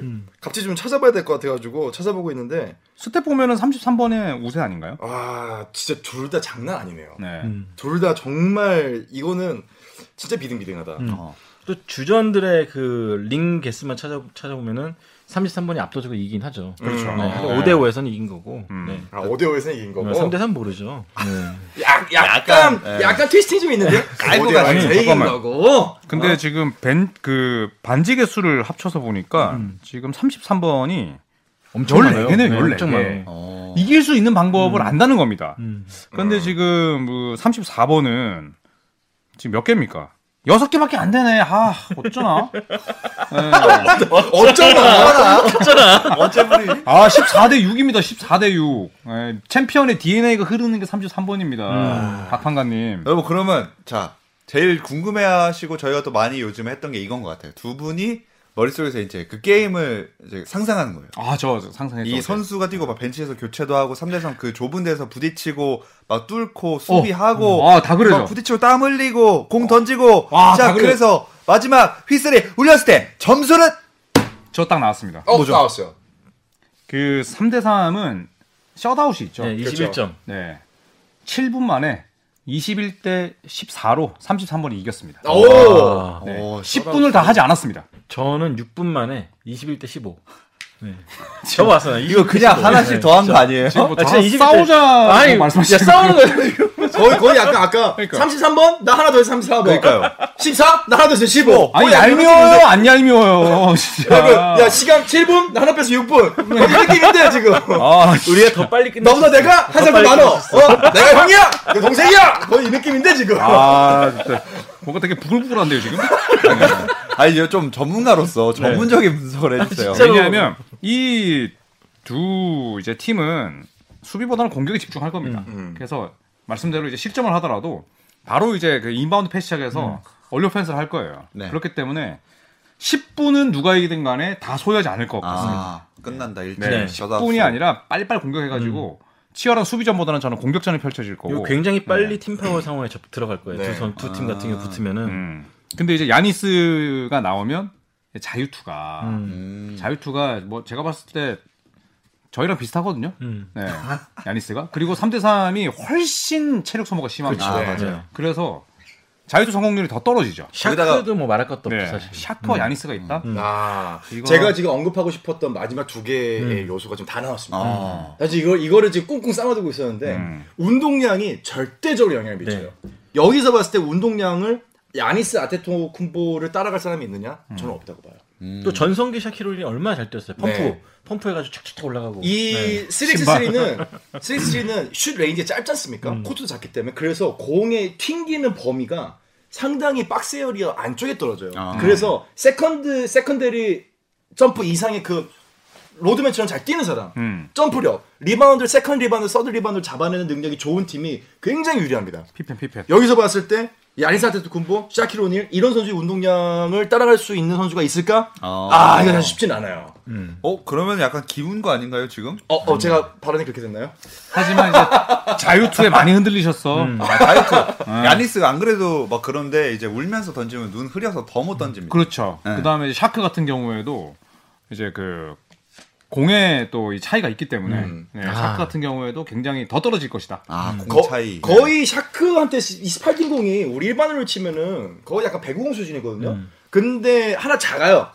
Speaker 3: 스탯을 갑자기 좀 찾아봐야 될 것 같아가지고 찾아보고 있는데
Speaker 5: 스텝 보면은 33번의 우세 아닌가요?
Speaker 3: 아 진짜 둘 다 장난 아니네요.
Speaker 5: 네.
Speaker 4: 음.
Speaker 3: 둘 다 정말 이거는 진짜 비등비등하다.
Speaker 2: 어.
Speaker 4: 또 주전들의 그 링 개수만 찾아 찾아보면은 33번이 압도적으로 이긴 하죠.
Speaker 3: 그렇죠.
Speaker 4: 네.
Speaker 5: 아, 네.
Speaker 4: 5대 5에서는 이긴 거고.
Speaker 5: 음.
Speaker 4: 네. 뭐
Speaker 3: 아, 5대 5에서는 이긴 거고.
Speaker 4: 3대 3 모르죠. 네.
Speaker 3: 약, 약간
Speaker 2: 약간,
Speaker 3: 약간,
Speaker 2: 예.
Speaker 3: 트위스팅 좀 있는데.
Speaker 2: 깔고
Speaker 3: 5대
Speaker 2: 가시네.
Speaker 3: 5에서 이긴
Speaker 5: 잠깐만.
Speaker 3: 거고.
Speaker 5: 근데 지금 벤 그 반지 개수를 합쳐서 보니까 지금 33번이
Speaker 4: 엄청
Speaker 5: 14
Speaker 4: 많아요.
Speaker 5: 개네요,
Speaker 4: 네,
Speaker 5: 14
Speaker 4: 엄청
Speaker 5: 개.
Speaker 4: 많아요.
Speaker 2: 어.
Speaker 5: 이길 수 있는 방법을 안다는 겁니다.
Speaker 4: 음.
Speaker 5: 근데 지금 그 34번은 지금 몇 개입니까? 여섯 개밖에 안 되네. 아, 어쩌나?
Speaker 3: 어쩌나.
Speaker 5: 아, 14대 6입니다. 14대 6. 챔피언의 DNA가 흐르는 게 33번입니다. 박판가님.
Speaker 2: 여러분 그러면 자 제일 궁금해하시고 저희가 또 많이 요즘에 했던 게 이건 것 같아요. 두 분이 머릿속에서 이제 그 게임을 이제 상상하는 거예요.
Speaker 5: 아, 저 상상했죠.
Speaker 2: 이 선수가 뛰고 막 벤치에서 교체도 하고 3대3 그 좁은 데서 부딪히고 막 뚫고 수비하고
Speaker 5: 아, 다 그래죠.
Speaker 2: 막 부딪히고 땀 흘리고 공 던지고
Speaker 5: 와,
Speaker 2: 자
Speaker 5: 다 그래요.
Speaker 2: 그래서 마지막 휘슬이 울렸을 때 점수는
Speaker 5: 저 딱 나왔습니다.
Speaker 3: 어, 나왔어요.
Speaker 5: 그 3대 3은 셧아웃이 있죠.
Speaker 4: 네,
Speaker 5: 네.
Speaker 4: 21점.
Speaker 5: 7분 만에 21대 14로 33번이 이겼습니다.
Speaker 3: 어. 오.
Speaker 4: 아,
Speaker 5: 네.
Speaker 2: 오,
Speaker 5: 10분을 다 하지 않았습니다.
Speaker 4: 어? 저는 6분 만에 21대 15. 네. 저거 왔어요.
Speaker 2: 이거 그냥 하나씩 더 한 거 아니에요?
Speaker 5: 지금 뭐
Speaker 4: 아, 진짜
Speaker 5: 다
Speaker 4: 20대
Speaker 5: 싸우자 뭐
Speaker 4: 아니,
Speaker 5: 말씀하시는
Speaker 4: 야, 싸우는 거예요. 지금.
Speaker 3: 거의, 거의 약간 아까 33번? 나 하나 더 해서 34번.
Speaker 2: 그러니까요.
Speaker 3: 14? 나 하나 더 해서 15.
Speaker 5: 아니
Speaker 3: 거의 약간
Speaker 5: 얄미워요 안 얄미워요 진짜
Speaker 3: 야, 그, 야 시간 7분? 나 하나 빼서 6분. 뭐 이런 느낌인데 지금.
Speaker 5: 아,
Speaker 4: 우리가 더 빨리 끝내.
Speaker 3: 너보다 내가 한 살 더 많어. 어? 내가 형이야. 내 동생이야. 거의 이 느낌인데 지금.
Speaker 5: 아 진짜 뭔가 되게 부글부글한데요 지금
Speaker 2: 아니 이거 좀 전문가로서 전문적인 분석을 해주세요.
Speaker 4: 진짜로.
Speaker 5: 왜냐하면 이 두 이제 팀은 수비보다는 공격에 집중할 겁니다 그래서 말씀대로 이제 실점을 하더라도 바로 이제 그 인바운드 패스 시작해서 얼리 오펜스를 할 거예요
Speaker 2: 네.
Speaker 5: 그렇기 때문에 10분은 누가 이기든 간에 다 소유하지 않을 것 같습니다
Speaker 2: 아 끝난다 일찍
Speaker 4: 네.
Speaker 2: 저다
Speaker 5: 10분이 아니라 빨리빨리 공격해가지고 치열한 수비전보다는 저는 공격전이 펼쳐질
Speaker 4: 이거
Speaker 5: 거고
Speaker 4: 굉장히 빨리 팀 파워 상황에 접, 들어갈 거예요.
Speaker 3: 네.
Speaker 4: 두 선, 두 팀 같은 경우 붙으면은.
Speaker 5: 음. 근데 이제 야니스가 나오면 자유투가
Speaker 2: 음,
Speaker 5: 자유투가 뭐 제가 봤을 때 저희랑 비슷하거든요.
Speaker 4: 음.
Speaker 5: 네. 야니스가 그리고 3대 3이 훨씬 체력 소모가 심합니다. 네.
Speaker 2: 그쵸. 아, 맞아요.
Speaker 5: 그래서 자유투 성공률이 더 떨어지죠.
Speaker 4: 샤크도 뭐 말할 것도 없죠
Speaker 5: 네.
Speaker 4: 사실.
Speaker 5: 샤크와
Speaker 2: 음.
Speaker 5: 야니스가 있다.
Speaker 3: 아,
Speaker 5: 음. 이거-
Speaker 3: 제가 지금 언급하고 싶었던 마지막 두
Speaker 5: 음.
Speaker 3: 개의 요소가 지금 다 나왔습니다. 음.
Speaker 2: 아.
Speaker 3: 사실 이거 이거를 지금 꽁꽁 싸워두고 있었는데
Speaker 5: 음. 네.
Speaker 3: 운동량이 절대적으로 영향을 미쳐요.
Speaker 5: 음.
Speaker 3: 여기서 봤을 때 운동량을 야니스 아테토 쿤보를 따라갈 사람이 있느냐? 저는 없다고 봐요.
Speaker 4: 또 전성기 샤키로이 얼마나 잘 뛰었어요. 펌프
Speaker 3: 네.
Speaker 4: 펌프 해가지고 착착착 올라가고. 네.
Speaker 3: 이 3x3는 3x3는 슛 레인지 짧지 않습니까? 코트도 작기 때문에 그래서 공의 튕기는 범위가 상당히 박스 에어리어 안쪽에 떨어져요.
Speaker 2: 아.
Speaker 3: 그래서 세컨드 세컨데리 점프 이상의 그 로드맨처럼 잘 뛰는 사람,
Speaker 5: 음.
Speaker 3: 점프력, 리바운드, 세컨드 리바운드, 서드 리바운드 잡아내는 능력이 좋은 팀이 굉장히 유리합니다.
Speaker 5: 피펜 피펜.
Speaker 3: 여기서 봤을 때 야니사테트 군보, 샤키로닐 이런 선수의 운동량을 따라갈 수 있는 선수가 있을까?
Speaker 2: 아.
Speaker 3: 아, 이건 사실 쉽진 않아요.
Speaker 2: 어 그러면 약간 기운 거 아닌가요 지금?
Speaker 3: 어, 어, 제가 발언이 그렇게 됐나요?
Speaker 5: 하지만 이제 자유투에 많이 흔들리셨어.
Speaker 2: 아, 다이어트. 야니스가 안 그래도 막 그런데 이제 울면서 던지면 눈 흐려서 더 못 던집니다.
Speaker 5: 그렇죠.
Speaker 2: 네.
Speaker 5: 그 다음에 샤크 같은 경우에도 이제 그 공에 또 이 차이가 있기 때문에
Speaker 3: 음.
Speaker 5: 네, 샤크 같은 경우에도 굉장히 더 떨어질 것이다.
Speaker 2: 아, 공
Speaker 3: 거,
Speaker 2: 차이.
Speaker 3: 거의 샤크한테 28인 공이 우리 일반으로 치면은 거의 약간 배구공 수준이거든요. 근데 하나 작아요.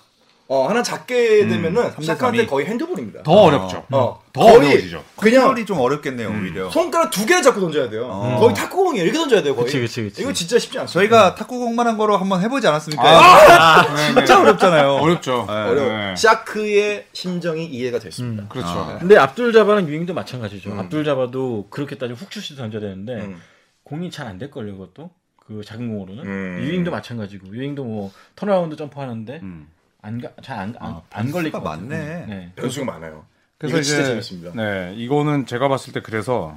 Speaker 3: 어, 하나 작게 되면은
Speaker 2: 삼대
Speaker 3: 샤크한테
Speaker 2: 삼이.
Speaker 3: 거의 핸드볼입니다.
Speaker 5: 더 어렵죠. 음.
Speaker 3: 어,
Speaker 5: 더
Speaker 3: 거의
Speaker 5: 어려워지죠.
Speaker 3: 그냥
Speaker 2: 컨트롤이 좀 어렵겠네요, 오히려.
Speaker 3: 손가락 두 개를 잡고 던져야 돼요. 거의 탁구공이에요. 이렇게 던져야 돼요, 거의.
Speaker 4: 그치, 그치, 그치.
Speaker 3: 이거 진짜 쉽지 않습니다.
Speaker 2: 저희가 탁구공만 한 거로 한번 해보지 않았습니까?
Speaker 3: 아,
Speaker 5: 진짜 네, 어렵잖아요. 어렵죠.
Speaker 3: 어려워.
Speaker 5: 네.
Speaker 3: 샤크의 심정이 이해가
Speaker 4: 음.
Speaker 3: 됐습니다.
Speaker 5: 그렇죠.
Speaker 3: 아.
Speaker 4: 근데 앞둘 잡아랑 유잉도 마찬가지죠. 앞둘 잡아도 그렇게 따지면 훅슛이 던져야 되는데
Speaker 3: 음.
Speaker 4: 공이 잘 안 될 걸요, 그것도. 그 작은 공으로는
Speaker 3: 음.
Speaker 4: 유잉도 마찬가지고 유잉도 뭐 턴어라운드 점프하는데
Speaker 5: 음.
Speaker 4: 안잘안안
Speaker 2: 아,
Speaker 4: 걸릴
Speaker 2: 변수가
Speaker 4: 것 같아요.
Speaker 2: 많네.
Speaker 4: 네.
Speaker 3: 변수가 많아요.
Speaker 5: 그래서
Speaker 3: 이거 진짜
Speaker 5: 이제
Speaker 3: 재밌습니다.
Speaker 5: 네, 이거는 제가 봤을 때 그래서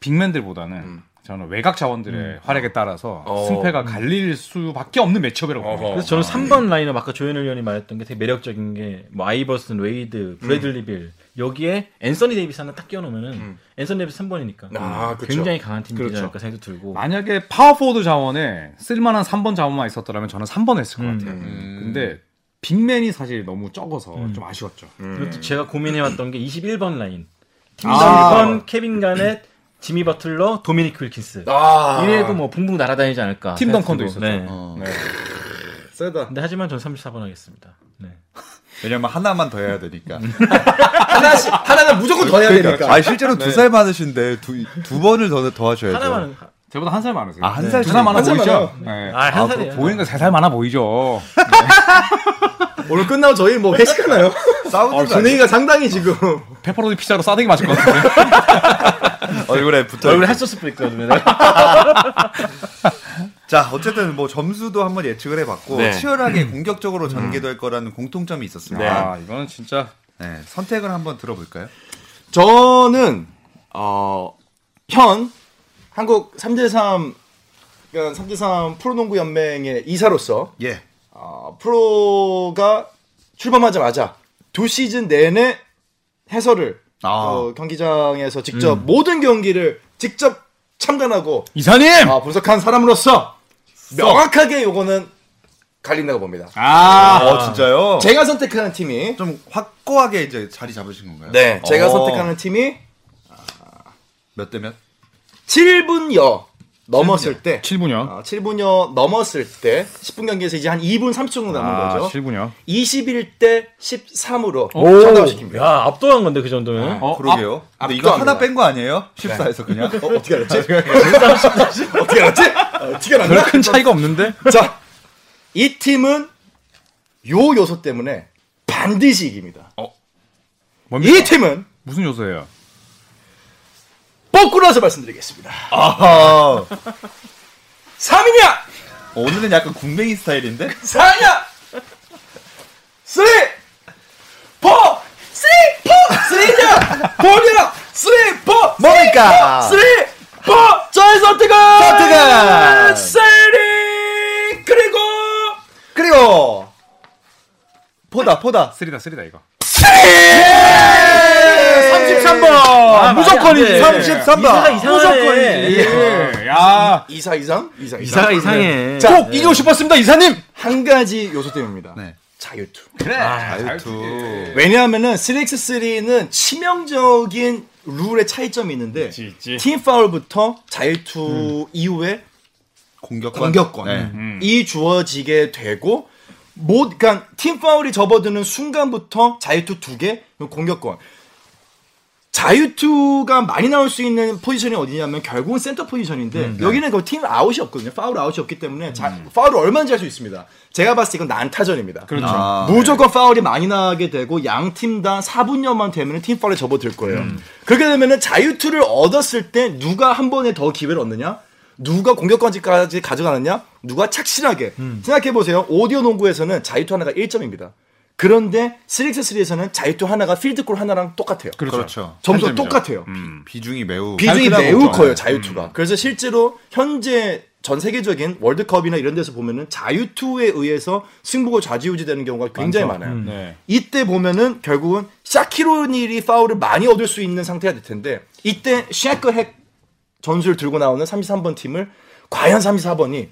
Speaker 5: 빅맨들보다는 저는 외곽 자원들의 활약에 따라서
Speaker 3: 음. 어.
Speaker 5: 승패가 갈릴 수밖에 없는 매치업이라고 봅니다.
Speaker 3: 어허.
Speaker 4: 그래서 저는 3번 라인업 아까 조현일 의원이 말했던 게 되게 매력적인 게뭐 아이버슨, 웨이드, 브래들리 빌 여기에 앤서니 데이비스 하나 딱 끼워놓으면은 앤서니 데이비스 3번이니까 음.
Speaker 3: 아, 그쵸.
Speaker 4: 굉장히 강한 팀이 되지
Speaker 5: 그렇죠.
Speaker 4: 않을까 생각도 들고
Speaker 5: 만약에 파워포워드 자원에 쓸만한 3번 자원만 있었더라면 저는 3번 했을 것
Speaker 4: 음.
Speaker 5: 같아요. 근데 빅맨이 사실 너무 적어서 좀 아쉬웠죠.
Speaker 4: 음. 그리고 또 제가 고민해왔던 게 21번 라인 팀
Speaker 3: 아.
Speaker 4: 21번 케빈 가넷, 지미 버틀러, 도미닉 윌킨스
Speaker 3: 아,
Speaker 4: 이래도 뭐 붕붕 날아다니지 않을까
Speaker 5: 팀 덩컨도
Speaker 4: 생각도 들고.
Speaker 5: 있었죠.
Speaker 4: 네.
Speaker 2: 어.
Speaker 3: 세다.
Speaker 4: 근데 하지만 전 34번 하겠습니다 네.
Speaker 2: 왜냐면 하나만 더 해야 되니까.
Speaker 3: 하나씩, 하나는 무조건 더 해야 되니까.
Speaker 2: 아, 실제로 두 살 많으신데 두, 두 번을 더, 더 하셔야죠.
Speaker 4: 하나만
Speaker 5: 저보다 한 살 많으세요.
Speaker 2: 아, 한 살.
Speaker 5: 두살 많아
Speaker 3: 한
Speaker 5: 보이죠?
Speaker 3: 살이요?
Speaker 5: 네.
Speaker 4: 아, 한
Speaker 5: 아,
Speaker 4: 살이에요.
Speaker 5: 그 보이니까 세 살 많아 보이죠.
Speaker 3: 오늘 끝나고 저희 뭐 회식하나요?
Speaker 2: 싸우는 거 아니에요?
Speaker 3: 분위기가 상당히 지금.
Speaker 5: 페퍼로니 피자로 싸대기 맞을 것 같은데.
Speaker 2: 얼굴에 붙어.
Speaker 4: 얼굴에 핫소스 뿌리거든요
Speaker 2: 자, 어쨌든 뭐 점수도 한번 예측을 해봤고
Speaker 3: 네.
Speaker 2: 치열하게 공격적으로 전개될 거라는 공통점이 있었습니다.
Speaker 5: 아, 이거는 진짜
Speaker 2: 네, 선택을 한번 들어볼까요?
Speaker 3: 저는 어, 현 한국 3대3 그러니까 3대3 프로농구 연맹의 이사로서
Speaker 2: 예.
Speaker 3: 어, 프로가 출범하자마자 두 시즌 내내 해설을
Speaker 2: 아.
Speaker 3: 어, 경기장에서 직접
Speaker 5: 음.
Speaker 3: 모든 경기를 직접 참관하고
Speaker 5: 이사님.
Speaker 3: 어, 분석한 사람으로서 명확하게 요거는 갈린다고 봅니다.
Speaker 5: 아,
Speaker 2: 어, 진짜요?
Speaker 3: 제가 선택하는 팀이
Speaker 2: 좀 확고하게 이제 자리 잡으신 건가요?
Speaker 3: 네, 제가
Speaker 2: 어,
Speaker 3: 선택하는 팀이
Speaker 2: 몇 대 몇?
Speaker 3: 7분여 넘었을 때
Speaker 5: 7분요.
Speaker 3: 아, 7분여 넘었을 때 10분 경기에서 이제 한 2분 30초 정도 남은
Speaker 5: 아,
Speaker 3: 거죠.
Speaker 5: 7분요.
Speaker 3: 21대 13으로 정답시킵니다.
Speaker 4: 야 압도한 건데 그 정도면
Speaker 5: 어,
Speaker 2: 그러게요.
Speaker 3: 앞-
Speaker 2: 근데 이거
Speaker 3: 앞도 안
Speaker 2: 하나
Speaker 3: 나요.
Speaker 2: 뺀 거 아니에요? 14에서 그냥?
Speaker 3: 어, 어떻게 알았지?
Speaker 5: 아,
Speaker 3: 어떻게 알았지? 어, 티가
Speaker 5: 별로
Speaker 3: 난다.
Speaker 5: 큰 차이가 없는데?
Speaker 3: 자, 이 팀은 요 요소 때문에 반드시 이깁니다.
Speaker 5: 뭡니까?
Speaker 3: 이 팀은
Speaker 5: 무슨 요소예요?
Speaker 3: 뽀꾸라서 말씀드리겠습니다.
Speaker 2: 아하.
Speaker 3: 3이냐?
Speaker 2: 오늘은 약간 군뱅이 스타일인데?
Speaker 3: 4냐? 3! 4! 3! 4! 3냐? 4냐? 3! 4!
Speaker 2: 뭡니까?
Speaker 3: 3! 4! 저의 선택은!
Speaker 2: 선택은!
Speaker 3: 세리! 그리고!
Speaker 2: 그리고 포다 포다
Speaker 5: 쓰리다, 쓰리다 이거.
Speaker 3: 네.
Speaker 2: 33번
Speaker 4: 아, 네. 무조건이지.
Speaker 2: 33번
Speaker 4: 무조건이지.
Speaker 5: 예. 야,
Speaker 3: 2사 이상? 2사
Speaker 4: 이사가 이상해.
Speaker 3: 자,
Speaker 5: 꼭 이기고 싶었습니다, 이사님.
Speaker 3: 한 가지 요소 때문입니다.
Speaker 2: 네.
Speaker 3: 자유투.
Speaker 4: 아.
Speaker 5: 그래.
Speaker 2: 아, 자유투
Speaker 3: 왜냐하면은 3x3는 치명적인 룰의 차이점이 있는데 팀 파울부터 자유투 이후에
Speaker 2: 공격권
Speaker 3: 공격권
Speaker 2: 네.
Speaker 3: 이 주어지게 되고 못 그러니까 팀 파울이 접어드는 순간부터 자유투 두 개 공격권 자유투가 많이 나올 수 있는 포지션이 어디냐면 결국은 센터 포지션인데
Speaker 5: 음, 네.
Speaker 3: 여기는 그 팀 아웃이 없거든요. 파울 아웃이 없기 때문에 자, 파울을 얼마든지 할 수 있습니다. 제가 봤을 때 이건 난타전입니다. 음.
Speaker 5: 그렇죠.
Speaker 2: 아,
Speaker 3: 무조건 파울이 많이 나게 되고 양 팀 다 4분여만 되면 팀 파울에 접어들 거예요.
Speaker 5: 음.
Speaker 3: 그렇게 되면은 자유투를 얻었을 때 누가 한 번에 더 기회를 얻느냐? 누가 공격권까지 가져가느냐? 누가 착실하게
Speaker 5: 음.
Speaker 3: 생각해 보세요. 오디오 농구에서는 자유투 하나가 1점입니다. 그런데 3x3에서는 자유투 하나가 필드골 하나랑 똑같아요.
Speaker 5: 그렇죠.
Speaker 2: 그렇죠.
Speaker 3: 점수
Speaker 5: 한 점이죠.
Speaker 3: 똑같아요.
Speaker 5: 음.
Speaker 2: 비중이 매우
Speaker 3: 비중이
Speaker 5: 자유투라고 네. 음.
Speaker 3: 매우
Speaker 5: 보죠.
Speaker 3: 커요 자유투가. 그래서 실제로 현재 전 세계적인 월드컵이나 이런 데서 보면은 자유투에 의해서 승부가 좌지우지되는 경우가 굉장히 많아요.
Speaker 5: 네.
Speaker 3: 이때 보면은 결국은 샤키로닐이 파울을 많이 얻을 수 있는 상태가 될 텐데 이때 샤크 핵 전술을 들고 나오는 33번 팀을 과연 34번이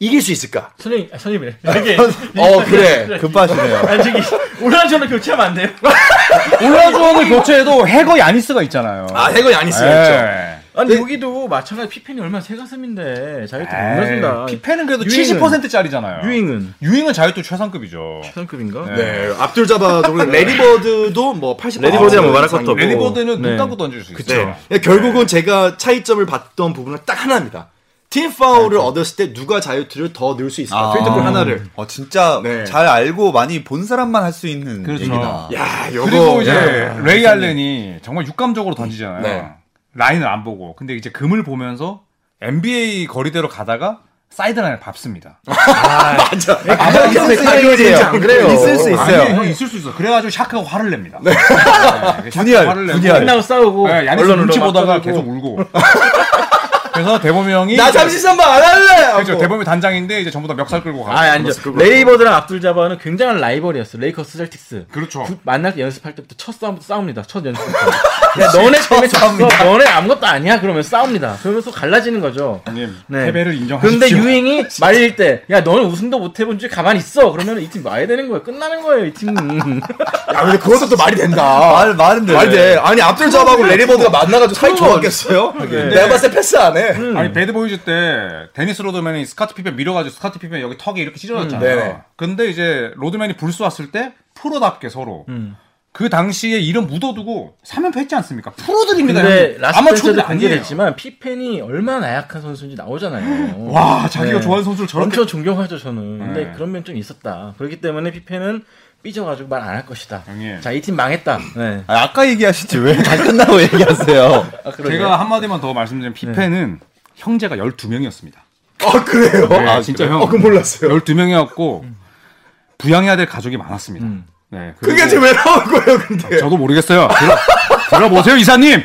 Speaker 3: 이길 수 있을까?
Speaker 4: 선생님, 아, 선생님이래. 이렇게.
Speaker 3: 어 그래.
Speaker 1: 급하시네요.
Speaker 4: 아니, 저기, 올라오셔는 교체하면 안 돼요?
Speaker 5: 올라주원을 교체해도 해거 야니스가 있잖아요.
Speaker 3: 아 해거 야니스 있죠.
Speaker 5: 예.
Speaker 4: 아니,
Speaker 3: 네.
Speaker 4: 여기도 마찬가지 피펜이 얼마나 새 가슴인데, 자유투 못
Speaker 5: 에이,
Speaker 4: 넣어준다.
Speaker 5: 네. 피펜은 그래도
Speaker 4: 유잉은.
Speaker 5: 70%짜리잖아요.
Speaker 4: 유잉은?
Speaker 5: 유잉은 자유투 최상급이죠.
Speaker 4: 최상급인가?
Speaker 3: 네. 압둘 자바도 그렇고 레리버드도 뭐 80.
Speaker 1: 레리버드야 뭐 말할 것도 없고.
Speaker 5: 아, 레디버드는
Speaker 4: 네.
Speaker 5: 눈 감고 던질 수 있어요.
Speaker 3: 네. 그러니까 결국은 제가 차이점을 봤던 부분은 딱 하나입니다. 팀 파울을 얻었을 때 누가 자유투를 더 넣을 수 있을까?
Speaker 2: 아.
Speaker 3: 필드골 하나를.
Speaker 2: 어 진짜
Speaker 3: 네.
Speaker 2: 잘 알고 많이 본 사람만 할 수 있는
Speaker 5: 그렇죠.
Speaker 2: 얘기다.
Speaker 3: 야,
Speaker 5: 그리고
Speaker 3: 요거 네,
Speaker 5: 이제
Speaker 3: 야.
Speaker 5: 레이 알렌이 정말 육감적으로 던지잖아요.
Speaker 3: 네.
Speaker 5: 라인을 안 보고. 근데 이제 금을 보면서 NBA 거리대로 가다가 사이드라인을 밟습니다.
Speaker 3: 맞아.
Speaker 1: 가만히 있을 수 있어요.
Speaker 3: 안 그래요.
Speaker 1: 있을 수 있어요.
Speaker 5: 아니, 형 있을 수 있어. 그래가지고 샤크가 화를 냅니다.
Speaker 1: 분열, 분열.
Speaker 4: 끝나고 싸우고,
Speaker 5: 네, 야니스
Speaker 4: 언론으로
Speaker 5: 눈치
Speaker 4: 막
Speaker 5: 보다가
Speaker 4: 떠들고.
Speaker 5: 계속 울고. 그래서 대범이 형이
Speaker 3: 나 33번 안 할래!
Speaker 5: 그렇죠.
Speaker 3: 하고.
Speaker 5: 대범이 단장인데 이제 전부 다 멱살 끌고 가고.
Speaker 4: 아, 아니죠. 레이버드랑 압둘자바는 굉장한 라이벌이었어. 레이커스 셀틱스.
Speaker 5: 그렇죠.
Speaker 4: 구- 만날 때 연습할 때부터 첫 싸움 싸웁니다. 첫 연습. 때. 야, 너네 때문에 졌어. 너네 아무것도 아니야. 그러면 싸웁니다. 그러면서 갈라지는 거죠.
Speaker 5: 님
Speaker 4: 네.
Speaker 5: 패배를 인정하십시오.
Speaker 4: 근데 유잉이 말릴 때, 야, 너는 우승도 못 해본 줄 가만히 있어. 그러면 이 팀 와야 되는 거예요. 끝나는 거예요, 이 팀은.
Speaker 3: 야, 아, 근데 그것도 또 말이 된다.
Speaker 1: 말 말은 돼.
Speaker 3: 말이 돼. 아니, 앞둘 잡하고 레리버드가 만나가지고 사이 좋았겠어요? 내가 봤을 때 패스 안 해.
Speaker 4: 음.
Speaker 5: 아니 배드보이즈 때 데니스 로드맨이 스카트 피펜 밀어가지고 스카트 피펜 여기 턱에 이렇게
Speaker 3: 음,
Speaker 5: 찢어졌잖아요.
Speaker 3: 네네.
Speaker 5: 근데 이제 로드맨이 불수 왔을 때 프로답게 서로
Speaker 4: 음.
Speaker 5: 그 당시에 이름 묻어두고 3연패 했지 않습니까? 프로들입니다.
Speaker 4: 근데
Speaker 5: 형님.
Speaker 4: 라스트에서도
Speaker 5: 아마추어들 아니에요.
Speaker 4: 공개됐지만, 피펜이 얼마나 나약한 선수인지 나오잖아요.
Speaker 5: 와 자기가
Speaker 4: 네.
Speaker 5: 좋아하는 선수를 저렇게
Speaker 4: 엄청 존경하죠, 저는. 근데
Speaker 5: 네.
Speaker 4: 그런 면좀 있었다. 그렇기 때문에 피펜은 삐져가지고 말 안 할 것이다.
Speaker 5: 형님.
Speaker 4: 자, 이 팀 망했다. 네.
Speaker 1: 아, 아까 얘기하시지 왜 다 끝나고 얘기하세요?
Speaker 5: 아, 제가 한마디만 더 말씀드리면
Speaker 4: 네.
Speaker 5: 피펜은 형제가 12명이었습니다.
Speaker 3: 아, 그래요?
Speaker 5: 아 진짜 형.
Speaker 3: 어, 그건 몰랐어요.
Speaker 5: 12명이었고
Speaker 4: 음.
Speaker 5: 부양해야 될 가족이 많았습니다. 네. 그리고
Speaker 3: 그게 지금 왜 나온 거예요, 근데?
Speaker 5: 저도 모르겠어요. 들어, 들어보세요, 이사님.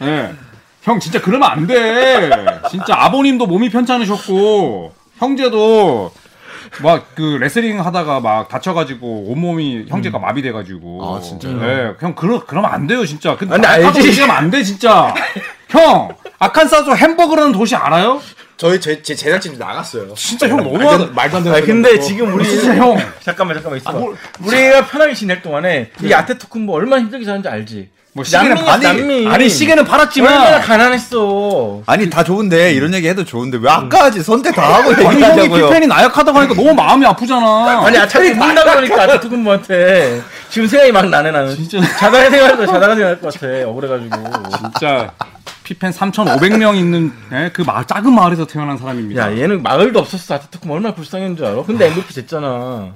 Speaker 5: 네. 형 진짜 그러면 안 돼. 진짜 아버님도 몸이 편찮으셨고 형제도 막 그 레슬링 하다가 막 다쳐가지고 온몸이 형제가 마비돼가지고.
Speaker 2: 아, 진짜요?
Speaker 5: 네. 형 그러 그러면 안 돼요 진짜. 근데
Speaker 4: 아니, 알지.
Speaker 5: 하면 안돼 진짜. 형 아칸사스 햄버거라는 도시 알아요?
Speaker 3: 저희 제, 제 제작진이 나갔어요. 아,
Speaker 5: 진짜 형
Speaker 3: 말도
Speaker 5: 너무하다.
Speaker 3: 안- 말도 안 되는
Speaker 4: 아니, 근데
Speaker 3: 소리
Speaker 4: 지금 우리
Speaker 5: 진짜 형.
Speaker 4: 잠깐만 잠깐만
Speaker 5: 아,
Speaker 4: 있어. 우리가 편하게 지낼 동안에 이 아테토쿤보 얼마나 힘들게 사는지 알지.
Speaker 5: 뭐 네. 시계는
Speaker 4: 남미야,
Speaker 5: 아니,
Speaker 4: 남미.
Speaker 5: 아니 시계는 팔았지만
Speaker 4: 얼마나 가난했어.
Speaker 2: 아니 다 좋은데
Speaker 3: 음.
Speaker 2: 이런 얘기 해도 좋은데 왜 아까지 선택 다 하고
Speaker 5: 아니 형이
Speaker 2: 얘기하냐고요.
Speaker 5: 피펜이 나약하다고 하니까 너무 마음이 아프잖아.
Speaker 4: 아니 아차리 본다 그러니까 아테토쿤보한테 지금 생각이 막 나네 나는.
Speaker 5: 진짜.
Speaker 4: 자다가 생각할 거야 자다가 생각할 것 같아. 억울해가지고.
Speaker 5: 진짜 피펜 3,500명 있는 예, 그 마- 작은 마을에서 태어난 사람입니다.
Speaker 4: 야 얘는 마을도 없었어 아테토쿤 얼마나 불쌍했는 줄 알아? 근데 MVP 됐잖아.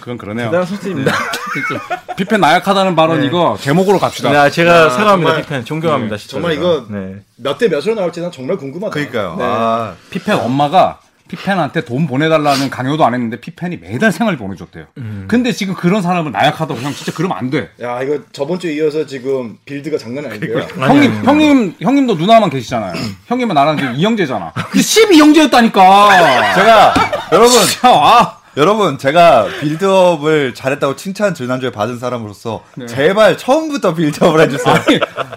Speaker 5: 그건 그러네요.
Speaker 4: 대단한 선수입니다. 네.
Speaker 5: 피펜 나약하다는 발언 이거 제목으로 갑시다.
Speaker 4: 야 제가 사과합니다
Speaker 3: 아, 정말-
Speaker 4: 피펜 존경합니다 진짜.
Speaker 3: 정말
Speaker 4: 제가.
Speaker 3: 이거-
Speaker 4: 네.
Speaker 3: 몇 대 몇으로 나올지 난 정말 궁금하다.
Speaker 2: 그러니까요. 아,
Speaker 5: 피펜 엄마가 피펜한테 돈 보내달라는 강요도 안 했는데 피펜이 매달 생활비 보내줬대요.
Speaker 4: 음.
Speaker 5: 근데 지금 그런 사람을 나약하다고 형 진짜 그러면 안 돼.
Speaker 3: 야 이거 저번 주에 이어서 지금 빌드가 장난 아닌데요.
Speaker 2: 그러니까.
Speaker 5: 형님, 형님, 형님도 누나만 계시잖아요.
Speaker 4: 음.
Speaker 5: 형님은 나랑 지금 2형제잖아. 근데 12형제였다니까.
Speaker 2: 제가 여러분
Speaker 5: 진짜, 아.
Speaker 2: 여러분 제가 빌드업을 잘했다고 칭찬 지난주에 받은 사람으로서
Speaker 5: 네.
Speaker 2: 제발 처음부터 빌드업을 해주세요.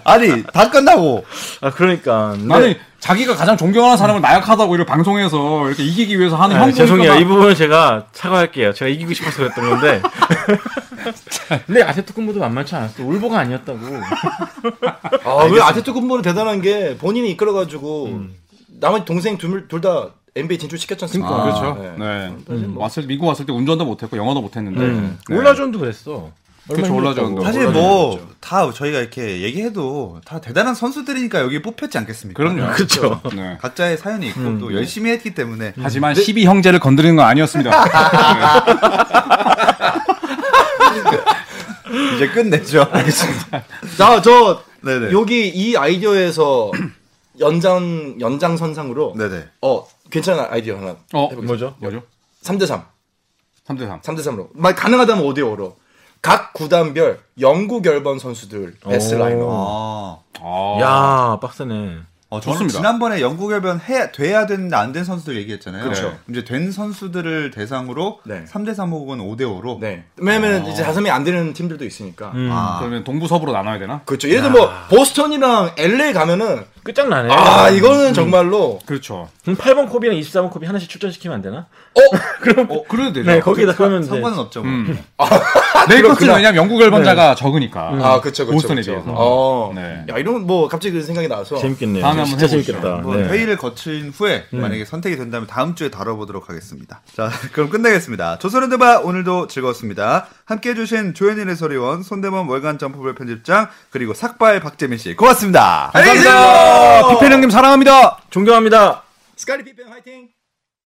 Speaker 2: 아니, 다 끝나고
Speaker 4: 아 그러니까. 근데-
Speaker 5: 나는 자기가 가장 존경하는 사람을 나약하다고 이렇게 방송에서 이렇게 이기기 위해서 하는
Speaker 4: 아,
Speaker 5: 형
Speaker 4: 죄송해요. 이 부분은 제가 사과할게요. 제가 이기고 싶어서 그랬던 건데. 근데 아세토쿤보도 만만치 않았어. 울보가 아니었다고.
Speaker 3: 아왜 아테트 군보는 대단한 게 본인이 이끌어가지고
Speaker 2: 음.
Speaker 3: 나머지 동생 둘 다 NBA 진출 시켰지
Speaker 5: 아,
Speaker 3: 않습니까?
Speaker 2: 그러니까.
Speaker 3: 아.
Speaker 5: 네. 뭐 그렇죠. 네. 음, 왔을 미국 왔을 때 운전도 못했고 영어도 못했는데.
Speaker 4: 올라존도 그랬어.
Speaker 5: 그렇죠 올라주는
Speaker 2: 사실 뭐 다 저희가 이렇게 얘기해도 다 대단한 선수들이니까 여기 뽑혔지 않겠습니까?
Speaker 5: 그럼요. 음,
Speaker 4: 그렇죠.
Speaker 5: 네.
Speaker 2: 각자의 사연이 있고 또 열심히 했기 때문에
Speaker 5: 하지만 12 형제를 건드리는 건 아니었습니다.
Speaker 2: 이제 끝내죠.
Speaker 3: 자,
Speaker 2: 그렇죠.
Speaker 3: 저
Speaker 2: 네네.
Speaker 3: 여기 이 아이디어에서 연장 연장선상으로
Speaker 2: 네네.
Speaker 3: 어 괜찮은 아이디어 하나.
Speaker 5: 어,
Speaker 4: 뭐죠?
Speaker 5: 뭐죠?
Speaker 3: 3대 3.
Speaker 5: 3대 3.
Speaker 3: 3대 3으로. 만 가능하다면 5대 5로. 각 구단별 영구 결번 선수들 S
Speaker 4: 오.
Speaker 3: 라인업.
Speaker 2: 아,
Speaker 5: 아.
Speaker 4: 야 빡세네.
Speaker 2: 어, 저는
Speaker 5: 좋습니다.
Speaker 2: 지난번에 영국 열변 해 돼야 되는데 안 된 선수들 얘기했잖아요.
Speaker 3: 그렇죠.
Speaker 2: 이제 된 선수들을 대상으로
Speaker 3: 네.
Speaker 2: 3대 3 혹은 5대 5로
Speaker 3: 네. 왜냐면 이제 자선이 안 되는 팀들도 있으니까.
Speaker 4: 음.
Speaker 2: 아,
Speaker 5: 그러면 동부 서부로 나눠야 되나?
Speaker 3: 그렇죠. 예를 들어 뭐 보스턴이랑 LA 가면은
Speaker 4: 끝장나네.
Speaker 3: 아, 이거는 정말로
Speaker 5: 그렇죠.
Speaker 4: 그럼 8번 코비랑 24번 코비 하나씩 출전시키면 안 되나?
Speaker 5: 어, 그래도 되죠.
Speaker 4: 거기다 그러면
Speaker 2: 상관은 없죠. 뭐.
Speaker 5: 음. 레이커스는 왜냐면 영국 결번자가 적으니까.
Speaker 3: 아, 그렇죠. 그렇죠.
Speaker 5: 보스턴에
Speaker 3: 그렇죠.
Speaker 5: 비해서.
Speaker 3: 어.
Speaker 5: 네.
Speaker 3: 야, 이런 뭐 갑자기 그 생각이 나서
Speaker 4: 재밌겠네요.
Speaker 5: 다음에 한번
Speaker 4: 진짜
Speaker 5: 해보시죠.
Speaker 4: 재밌겠다.
Speaker 2: 한번
Speaker 4: 네.
Speaker 2: 회의를 거친 후에 만약에 선택이 된다면 다음 주에 다뤄보도록 하겠습니다. 자, 그럼 끝내겠습니다. 조선의 대바 오늘도 즐거웠습니다. 함께 해주신 조현일의 소리원, 손대범 월간 점프볼 편집장, 그리고 삭발 박재민 씨 고맙습니다.
Speaker 5: 감사합니다. 피펜 형님 사랑합니다.
Speaker 4: 존경합니다.
Speaker 3: 스카리 피펜 화이팅.